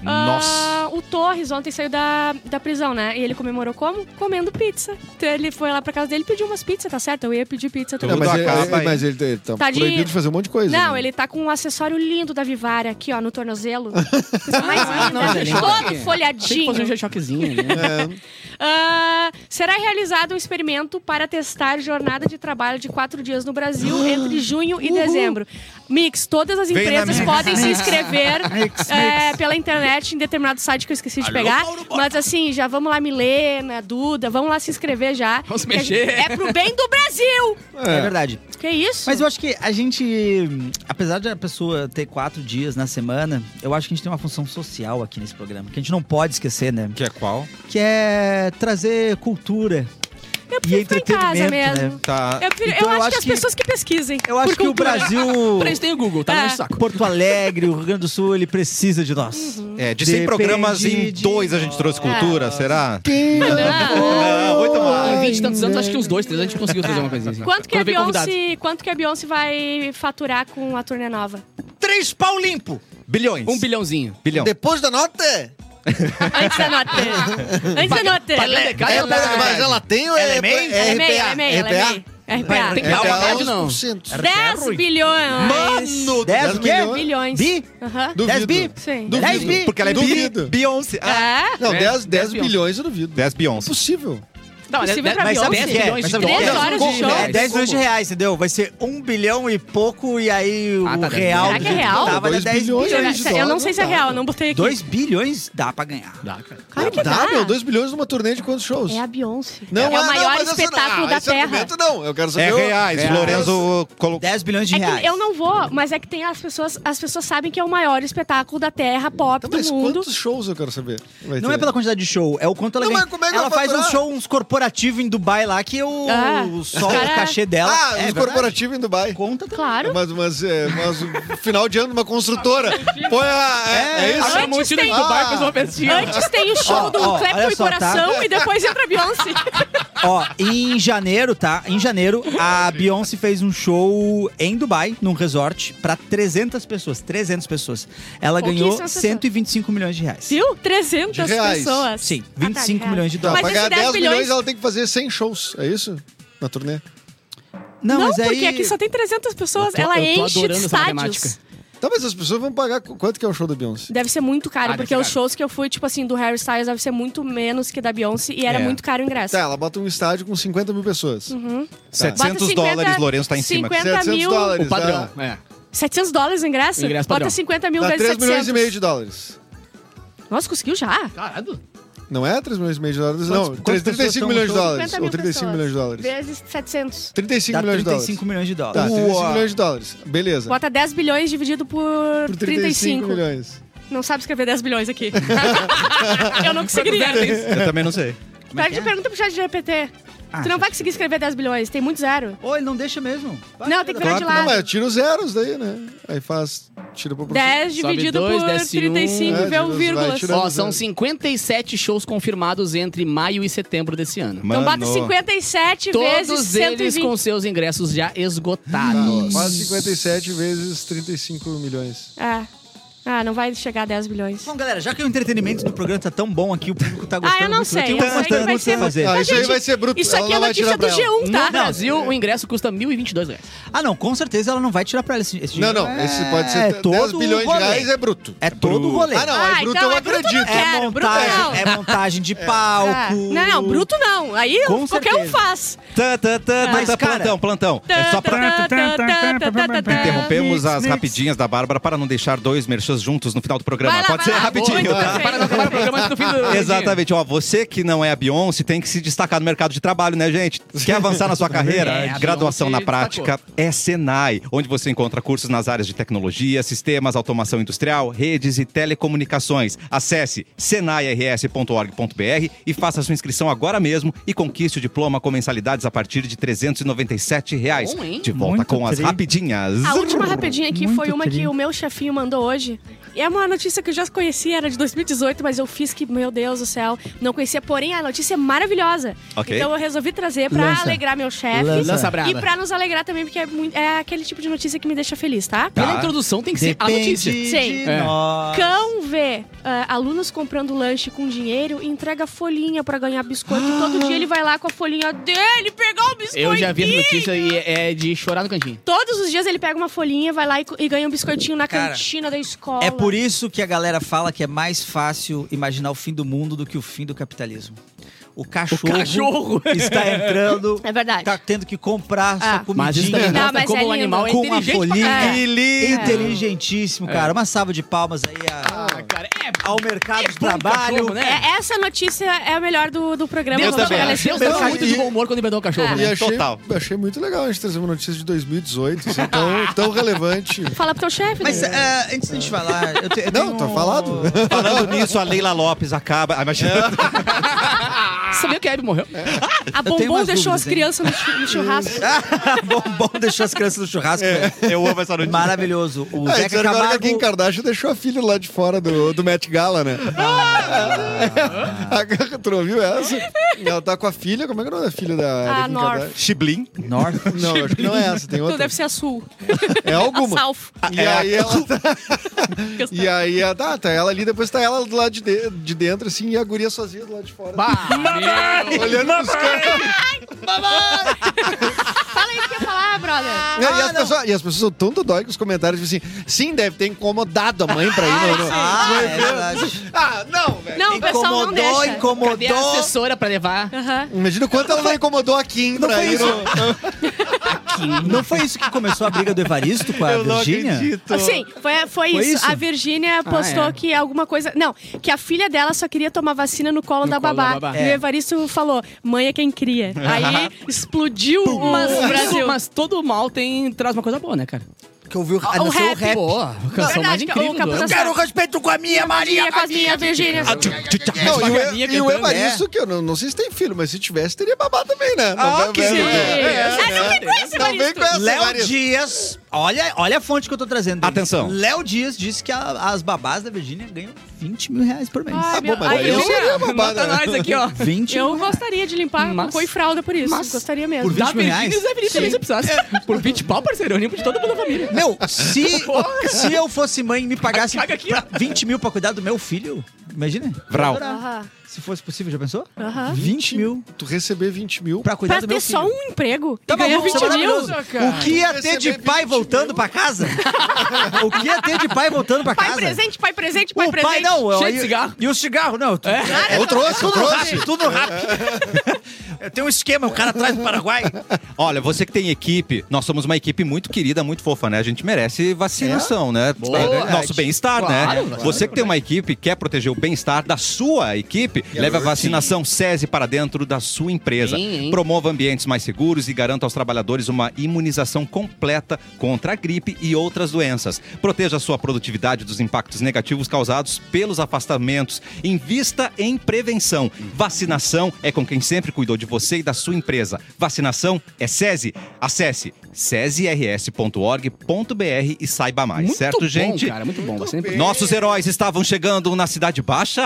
Nossa. Ah, o Torres ontem saiu da, da prisão, né? E ele comemorou como? Comendo pizza. Então ele foi lá pra casa dele e pediu umas pizzas, tá certo? Eu ia pedir pizza É, também. Tudo mas, ele, acaba é, aí. mas ele, ele tá Tadinho. proibido de fazer um monte de coisa. Não, né? ele tá com um acessório lindo da Vivara aqui, ó, no tornozelo. Coisa mais Ah, não, linda. gente, olha Todo aqui. Tem que fazer um folhadinho. G-Shockzinho ali. Ah, Será realizado um experimento para testar jornada de trabalho de quatro dias no Ah. Brasil entre junho e dezembro. Mix, todas as Vem na empresas Mix. podem se inscrever Mix, é, mix. pela internet em determinado site que eu esqueci de Alô, pegar. Paulo Botta. Mas assim, já vamos lá, Milena, Duda, vamos lá se inscrever já. Vamos se Que a gente- mexer. É pro bem do Brasil! É verdade. Que isso? Mas eu acho que a gente, apesar de a pessoa ter quatro dias na semana, eu acho que a gente tem uma função social aqui nesse programa, que a gente não pode esquecer, né? Que é qual? Que é trazer cultura eu prefiro e ficar em entretenimento, casa né? mesmo. Tá. Eu, prefiro- Então eu eu acho que acho as que- pessoas que pesquisem. Eu acho por que o cultura. Brasil, Pra isso tem o Google, tá no É. nosso saco. Porto Alegre, o Rio Grande do Sul, ele precisa de nós. É, de 100 Depende programas, em de dois a gente trouxe É. cultura, será? Quem né? é Ah, Não, muito Em mais. 20 e tantos anos, acho que uns dois, três a gente conseguiu trazer uma coisinha assim. Quanto que, é a Quando vem convidado. Beyoncé, quanto que a Beyoncé vai faturar com a turnê nova? Três pau limpo. Bilhões. Um bilhãozinho. bilhão. Depois da nota, Antes da nota. Antes da nota. Pagando de cara, ela, ela- mas ela tem ou é, Ela é MEI? Ela é meio, RPA? ela é meio, ela é meio. Tem que RPA. dar uma Então, leve, Ah, não. 10 bilhões. Mano, 10 o quê? milhões. Bilhões. Bi? Aham. Duvido. 10 bi? Sim. Duvido. 10 bi. Porque ela é bi, Duvido. Beyoncé. Ah, É, Não, É, 10, 10 10 bilhões eu duvido. 10 Beyoncé. Impossível. Não, mas é- Possível pra mas sabe Beyoncé. 10 bilhões de Mas sabe dólares. Três horas de show. É, 10 milhões de reais, entendeu? Vai ser 1 bilhão e pouco, e aí Ah, o tá, dez real. Será que é real? Tava Dois 10 bilhões. bilhões. Bilhões de Eu não sei dólares, se é não tá. real, dá. eu não botei aqui. 2 bilhões dá pra ganhar. Dá, cara. Claro que dá. Tá, meu, 2 bilhões numa turnê de quantos shows? É a Beyoncé. Não, é ah, o maior mas essa espetáculo ah, da esse Terra. argumento não, eu quero saber. É o- reais. reais. Florenzo colocou. 10 bilhões de É reais. que eu não vou, mas é que tem as pessoas, as pessoas sabem que é o maior espetáculo da Terra pop Tá, do mas mundo. quantos shows eu quero saber? Vai Não ter. é pela quantidade de show, é o quanto ela Não, ganha. mas como é que ela ela vai faz um falar? show, uns corporativos em Dubai lá, que o, Ah, o só cara- o cachê dela. Ah, é os corporativos em Dubai. Conta também. Claro. Mas, mas, é, mas o final de ano, uma construtora. Põe a. É, é um isso? A Montina em Dubai fez uma festinha. Antes tem o show Ó, do ó, Clapton olha e só, tá? Coração e depois entra a Beyoncé. Ó, em janeiro, tá? Em janeiro, a Beyoncé fez um show em Dubai, num resort, pra 300 pessoas. 300 pessoas. Ela ganhou Pouquíssimas pessoas. 125 milhões de reais. Viu? 300 De reais. pessoas. Ah, Sim, tá, de 25 reais. milhões de Não, Mas dólares. pra esse ganhar 10 10 milhões, milhões, ela tem que fazer 100 shows, é isso? Na turnê. Não, porque aqui só tem 300 pessoas. Eu tô- ela eu tô enche adorando essa estádios. matemática. Tá, mas as pessoas vão pagar. qu- Quanto que é o show da Beyoncé? Deve ser muito caro, Ah, deve porque ser os caro. shows que eu fui, tipo assim, do Harry Styles, deve ser muito menos que da Beyoncé e era É. muito caro o ingresso. Tá, ela bota um estádio com 50 mil pessoas. 700 dólares, Lorenzo tá em cima. 50 700 Uhum. mil, dólares. O padrão. Dá, É. 700 dólares o ingresso? Ingresso Bota padrão. 50 mil dá vezes 3 700. milhões e meio de dólares. Nossa, conseguiu já? Caralho. Não é 3 milhões e meio de dólares, não. Quantas- três- quantas 35 pessoas milhões de estão no dólares. 50 Ou 35 milhões de dólares. Vezes 700. 35 Dá milhões de dólares. 35 milhões de Tá, dólares. 35 milhões de dólares. Beleza. Bota 10 bilhões dividido por, Por 35. 35 milhões. Não sabe escrever 10 bilhões aqui. eu não conseguiria. Eu também não sei. Pede pergunta pro chat de GPT. Ah, tu não vai conseguir escrever 10 bilhões, tem muito zero. Tá. Ô, ele não deixa mesmo. Vai, Não, tem que virar de Não, mas lado. eu tiro zeros daí, né? Aí faz. Tira pro 10 dividido dois, por desce um. 35, É, vê o vai vírgula. tirando. Ó, são 57 shows confirmados entre maio e setembro desse ano. Então bota Mano. 57 vezes Todos eles 120. com seus ingressos já esgotados. Quase 57 vezes 35 milhões. Ah. ah, não vai chegar a 10 bilhões. Bom, galera, já que o entretenimento do programa tá tão bom aqui, o público tá gostando Ah, eu não muito, sei. tenho Eu sei que vai pergunta ser... pra fazer. Ah, Mas, isso aí vai ser bruto. Isso aqui Ela é vai notícia tirar do pra ela. G1, tá? No Brasil, o ingresso custa 1.022 reais. Ah, não, com certeza ela não vai tirar pra ela esse, esse Não, dinheiro. não. Esse pode ser É 10 todo bilhões de rolê. reais é bruto. É todo o rolê. Ah, não. é bruto, eu é bruto, acredito. não É É quero, bruto não. montagem, é montagem de Ah, palco. Não, não, bruto não. Aí Com qualquer um certeza. faz. Tá, tá, tá, Mas, tá, tá, cara- plantão, plantão. É só tá, pra. Interrompemos as rapidinhas da Bárbara para não deixar dois merchans juntos no final do programa. Vai lá, Pode vai ser lá. rapidinho. Boa, tá? então. Para não acabar o programa antes do fim do. Exatamente. Ó, você que não é a Beyoncé tem que se destacar no mercado de trabalho, né, gente? Quer avançar na sua carreira? É, a Graduação na Beyoncé prática é Senai, onde você encontra cursos nas áreas de tecnologia, sistemas, automação industrial, redes e telecomunicações. Acesse senairs.org.br e faça sua inscrição agora mesmo e conquiste o diploma com mensalidades a partir de R$ 397 reais. Bom, hein? de volta Muito com as tri. rapidinhas. A última rapidinha aqui Muito foi uma que tri. o meu chefinho mandou hoje. E é uma notícia que eu já conhecia, era de 2018, mas eu fiz que, meu Deus do céu, não conhecia. Porém, a notícia é maravilhosa. Ok. Então eu resolvi trazer pra Lança. alegrar meu chefe. Lança. Lança E braba. pra nos alegrar também, porque é, muito- é aquele tipo de notícia que me deixa feliz, tá? Pela Tá. introdução tem que ser a Depende notícia. de Sim. É. nós. Cão vê ah, alunos comprando lanche com dinheiro e entrega folhinha pra ganhar biscoito. E todo dia ele vai lá com a folhinha dele pegar o biscoito. Ah. Eu já vi essa notícia e é de chorar no cantinho. Todos os dias ele pega uma folhinha, vai lá e, co- e ganha um biscoitinho na cantina da escola. É por isso que a galera fala que é mais fácil imaginar o fim do mundo do que o fim do capitalismo. o cachorro, cachorro. está entrando, É verdade. tá tendo que comprar sua Ah. comidinha. Mas isso também Não, mostra mas como é o lindo, animal é com uma inteligente pra folhinha. É. caralho. É. Inteligentíssimo, cara. Uma salva de palmas aí a- Cara, é ao mercado de bom trabalho. cachorro, né? É, essa notícia é a melhor do, do programa. Eu do também Ela acho. Deus Esqueceu. tá muito de bom humor quando inventou um cachorro, É. E né? achei, Total. achei muito legal a gente trazer uma notícia de 2018, assim, tão, tão relevante. Fala pro teu chefe. Mas né? ah, antes de a gente falar, eu, te, eu Não, tenho tá um- falado. Falando nisso, a Leila Lopes acaba. Ah, imagina. Sabia que a Hebe morreu? a tenho Bombom umas deixou dúvidas, as crianças no chu- no churrasco. Bombom deixou as crianças no churrasco. velho. Eu amo essa notícia. Maravilhoso. O É, Zeca disseram agora que a Kim Camargo... Kardashian deixou a filha lá de fora do, do Met Gala, né? A- Tu não viu essa? Ela tá com a filha, como é que é o nome da filha da, da Ah, Kim North. Kardashian? Chiblin. North. Não, acho que não é essa, tem Tu outra. deve ser a Sul. É alguma. Salvo. E aí ela tá... E aí ela tá, tá ela ali, depois tá ela do lado de, de- de dentro, assim, e a guria sozinha do lado de fora. Bah, meu. Olhando pros caras. Fala aí o que eu ia falar, brother. e, as pessoas, e as pessoas são tão dodói com os comentários, tipo assim, sim, deve ter incomodado a mãe pra ir. no- no- Ah, é verdade. Ah, não, velho. Não, o pessoal não Incomodou, deixa. Cadê a incomodou. assessora pra levar? Aham. Imagina o quanto ela não incomodou a Kim Não pra foi ir. isso. no- Não foi isso que começou a briga do Evaristo com a Virgínia? Sim, Assim, foi, foi isso. isso? A Virgínia postou é. que alguma coisa. Não, que a filha dela só queria tomar vacina no colo, No da, colo babá. da babá. E o É. Evaristo falou: mãe é quem cria. Aí explodiu o Brasil. Mas todo mal tem, traz uma coisa boa, né, cara? Que ouviu Ah, o nasceu o rap. Pô, a canção Verdade, mais que o incrível. do Capuz ano. Azul- Quero respeito com a minha Maria, com as minhas Virgínias. É, Não, tipo e, o, Devagarinho e o cantando, Evaristo, que eu não, não sei se tem filho, mas se tivesse, teria babá também, né? Não Ah, vai- que vai- sim. é, Ah, não vem com esse, Não vem Evaristo. com essa, Léo Evaristo. Dias, olha, olha a fonte que eu tô trazendo. Denis. Atenção. Léo Dias disse que a- as babás da Virgínia ganham 20 mil reais por mês. Ai, meu- bom, mas ai, aí é eu eu- seria uma né? Mata babada. nós aqui, ó. 20 Eu mil gostaria de limpar Mas- cocô e fralda por isso. mas- gostaria por mesmo. 20 Da mil reais? Virgínia e Zé Felipe também se precisasse. É, Por 20 pau, parceiro, eu limpo de todo mundo da família. Meu, se, se eu fosse mãe e me pagasse Caga aqui, ó. 20 mil pra cuidar do meu filho, imagina. Vral. Aham. Se fosse possível, já pensou? Aham. 20 mil Tu receber 20 mil. pra cuidar Pra do ter meu só filho. um emprego Tá e ganhar maluco, 20 isso é mil. maravilhoso. O que ia ter de Receber pai 20 voltando mil. pra casa? o que ia ter de pai voltando pra Pai casa? presente, pai presente, pai O presente. pai não, Cheio eu- de cigarro. E o cigarro, não. tu- Eu trouxe, eu trouxe. Tudo rápido. Tem um esquema, o cara atrás do Paraguai. Olha, você que tem equipe, nós somos uma equipe muito querida, muito fofa, né? A gente merece vacinação, né? Boa, É, verdade. Nosso bem-estar, Claro, né? claro, você que tem uma equipe, quer proteger o bem-estar da sua equipe, leve a vacinação SESI para dentro da sua empresa. Sim, hein? Promova ambientes mais seguros e garanta aos trabalhadores uma imunização completa contra a gripe e outras doenças. Proteja a sua produtividade dos impactos negativos causados pelos afastamentos. Invista em prevenção. Vacinação é com quem sempre cuidou de você e da sua empresa. Vacinação é SESI. Acesse sesirs.org.br e saiba mais, Muito certo, bom, gente? cara, muito bom. Você é sempre... Nossos heróis estavam chegando na Cidade Baixa.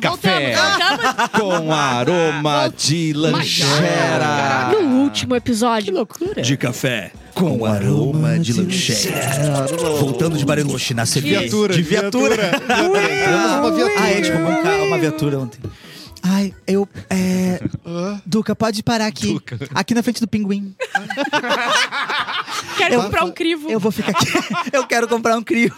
Café Voltamos, voltamos. com aroma de lanchera. No último episódio. loucura. De café com aroma de lancheira. Voltando de Bariloche na Sevilha. Viatura, De viatura. Entramos numa viatura. Ah, é, tipo, uma, ca- uma viatura ontem. Ai, eu. É. Duca, pode parar aqui. Aqui na frente do pinguim. Quero Eu- comprar um crivo. Eu vou ficar aqui. eu quero comprar um crio.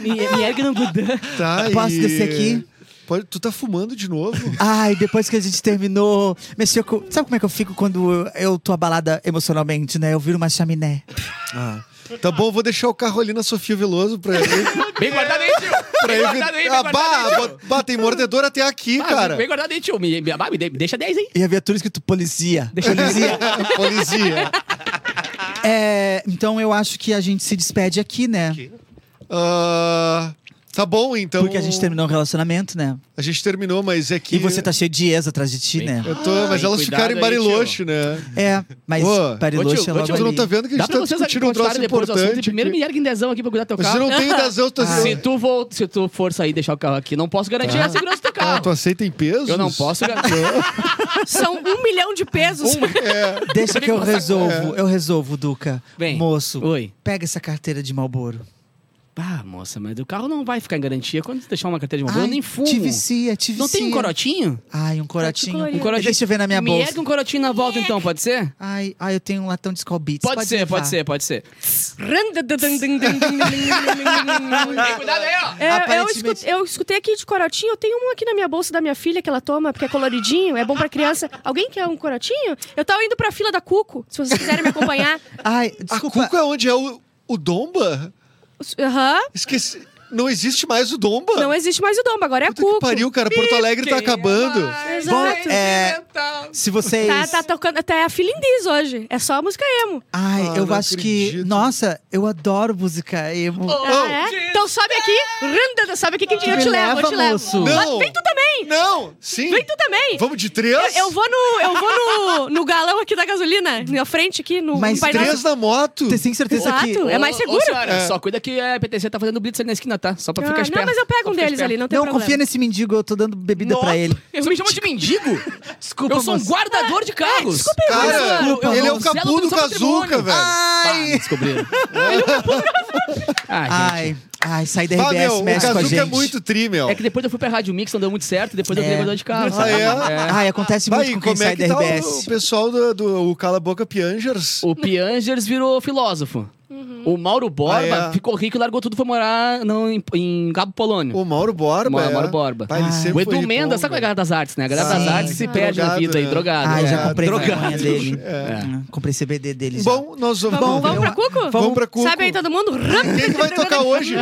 Me, me ergue no gudã. Tá, Posso e- descer aqui? Pode- tu tá fumando de novo? Ai, depois que a gente terminou, mexeu com. Sabe como é que eu fico quando eu tô abalada emocionalmente, né? Eu viro uma chaminé. Tá bom, vou deixar o carro ali na Sofia Veloso pra Tá Bem guardado aí, tio. Pra Bem guardado aí, bem evitar. Ah, bah, guardado aí, bah, bah, tem mordedor até aqui, tio. cara. Bem guardado aí, tio. Me, me, ah, me de- deixa 10, hein? E a viatura escrito policia. Policia. Polizia. É, então eu acho que a gente se despede aqui, né? Ah, tá bom, então. Porque a gente terminou o relacionamento, né? A gente terminou, mas é que. E você tá cheio de ex atrás de ti, né? Eu tô, mas Ai, elas ficaram em Ah, cuidado aí, Bariloche, né? É, mas Ô, Bariloche ô, tio, é ô, logo tio, Tu ali. não tá vendo que a Dá gente pra tá vocês discutindo um troço continuarem depois do assunto. importante. e Primeiro aqui. me ergue em dezão aqui pra cuidar do teu Mas carro. Ah. eu não tenho das outras. Se tu, vol- se tu for sair e deixar o carro aqui, não posso garantir a segurança do teu Ah, tu carro. aceita em pesos? Eu não posso garantir. São um milhão de pesos. é. Deixa que eu resolvo, eu resolvo, Duca. Bem, Moço, oi. pega essa carteira de Malboro. Ah, moça, mas o carro não vai ficar em garantia quando você deixar uma carteira de motor. Eu nem fumo. Te vicia, te vicia. Não tem um corotinho? Ai, um corotinho. Um corotinho. Deixa eu ver na minha Me bolsa. ergue um corotinho na volta então, pode ser? Ai, ai, eu tenho um latão de Skull Beats. Pode, Pode ser, levar. pode ser, pode ser. Cuidado aí, ó. É, eu, Aparentemente- escutei, eu escutei aqui de corotinho. Eu tenho um aqui na minha bolsa da minha filha que ela toma, porque é coloridinho, é bom pra criança. Alguém quer um corotinho? Eu tava indo pra fila da Cuco, se vocês quiserem me acompanhar. Ai, A desculpa. Cuco é onde é o, o Domba? Aham. Esqueci. Não existe mais o Domba. Não existe mais o Domba, agora é a Puta que Cuco. pariu, cara. Porto Alegre é tá acabando. Exato. é, se vocês... Tá, tá tocando até a Feeling This hoje. É só a música emo. Ai, Ah, eu não acho que... acredito. Nossa, eu adoro música emo. Oh. Ah, é? Então sobe aqui. Randada, sobe aqui que eu te Tu me levo, eu te leva, levo. moço. Mas Não. Vem tu também. Não, sim. Vem tu também. Vamos de três? Eu vou no, eu vou no, no galão aqui da gasolina, na frente aqui, no, Mas no painel. Três na moto. Vocês têm certeza Exato. que... É mais Ô, seguro. Ô, senhora, só cuida que a PTC tá fazendo blitz ali na esquina, tá? Só pra Ah, ficar esperto. não, mas eu pego Só um fica deles esperto. ali, não tem Não, problema. confia nesse mendigo, eu tô dando bebida Nossa, pra ele. Você me chama de mendigo? Desculpa, Eu sou um moço. guardador de carros. Desculpa, Ah, Cara, Eu- eu- ele é eu o cancelo capu do só Kazuca, patrimônio. velho. Ai, Descobriram. um Ai, gente. ai, ai, sai da Bah, meu, RBS, o mexe com a Kazuca gente. é muito tri, meu. É que depois eu fui pra Rádio Mix, não deu muito certo, depois eu É. virei guardador de carro. Ah, é? Tá Ai, acontece Vai, muito com quem como sai é que da tá o, RBS. o pessoal do, do o Cala Boca Piangers? O Piangers virou filósofo. O Mauro Borba Ah, é? ficou rico e largou tudo, foi morar não, em, em Cabo Polônio. O Mauro Borba. Mauro- é. Mauro Borba. Pá, ele Ah. sempre O foi Edu ripom, Mendes, sabe qual é a velho. galera das artes, né? A galera Sim. das artes se Ah, perde na drogado, vida aí, né? drogado. Ai, já É, comprei drogado. vergonha dele. É. Hum, Comprei CD dele já. Bom, nós vamos... Vamos, Tá É vamos eu- pra Cuco? Vamos pra Cuco. Sabe aí todo mundo? Quem que vai tocar hoje?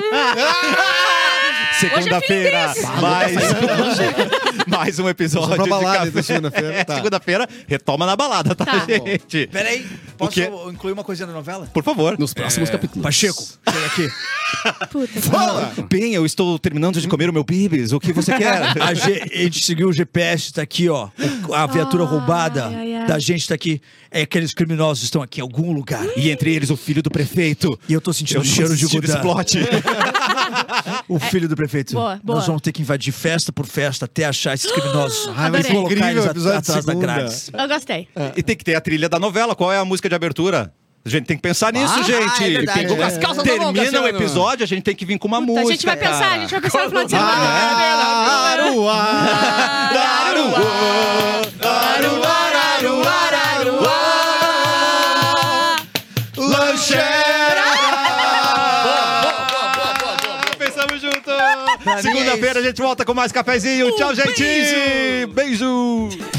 Segunda-feira, mais, um- mais um Vamos episódio pra de balada café. na né, segunda-feira. Tá. Segunda-feira, retoma na balada, tá, Tá. gente? Peraí, posso quê? incluir uma coisinha da novela? Por favor. Nos É. próximos capítulos. Pacheco, vem aqui. Fala! Bem, eu estou terminando de comer o meu bibis. O que você quer? A, G- a gente seguiu o GPS, tá aqui, ó. O- A viatura Ai, roubada ai, ai. da gente tá aqui. É, aqueles criminosos estão aqui em algum lugar. E entre eles o filho do prefeito. E eu tô sentindo Eu um o cheiro de sentindo esse Godin. plot. O filho do prefeito. É, Boa, boa. Nós vamos ter que invadir festa por festa até achar esses criminosos. Ah, vai e ser colocar incrível eles o episódio at- atrás da segunda. grades. Eu gostei. E tem que ter a trilha da novela. Qual é a música de abertura? A gente tem que pensar nisso, Ah, gente. é verdade. Tem que- Com as calças na mão, Termina o Cassiano. episódio, a gente tem que vir com uma Tá, música. a gente vai pensar, cara. a gente vai pensar no final de semana. Ah, Aruá! Aruá! Lancheira! Pensamos junto! Segunda-feira a gente volta com mais cafezinho. Tchau, gente! beijo.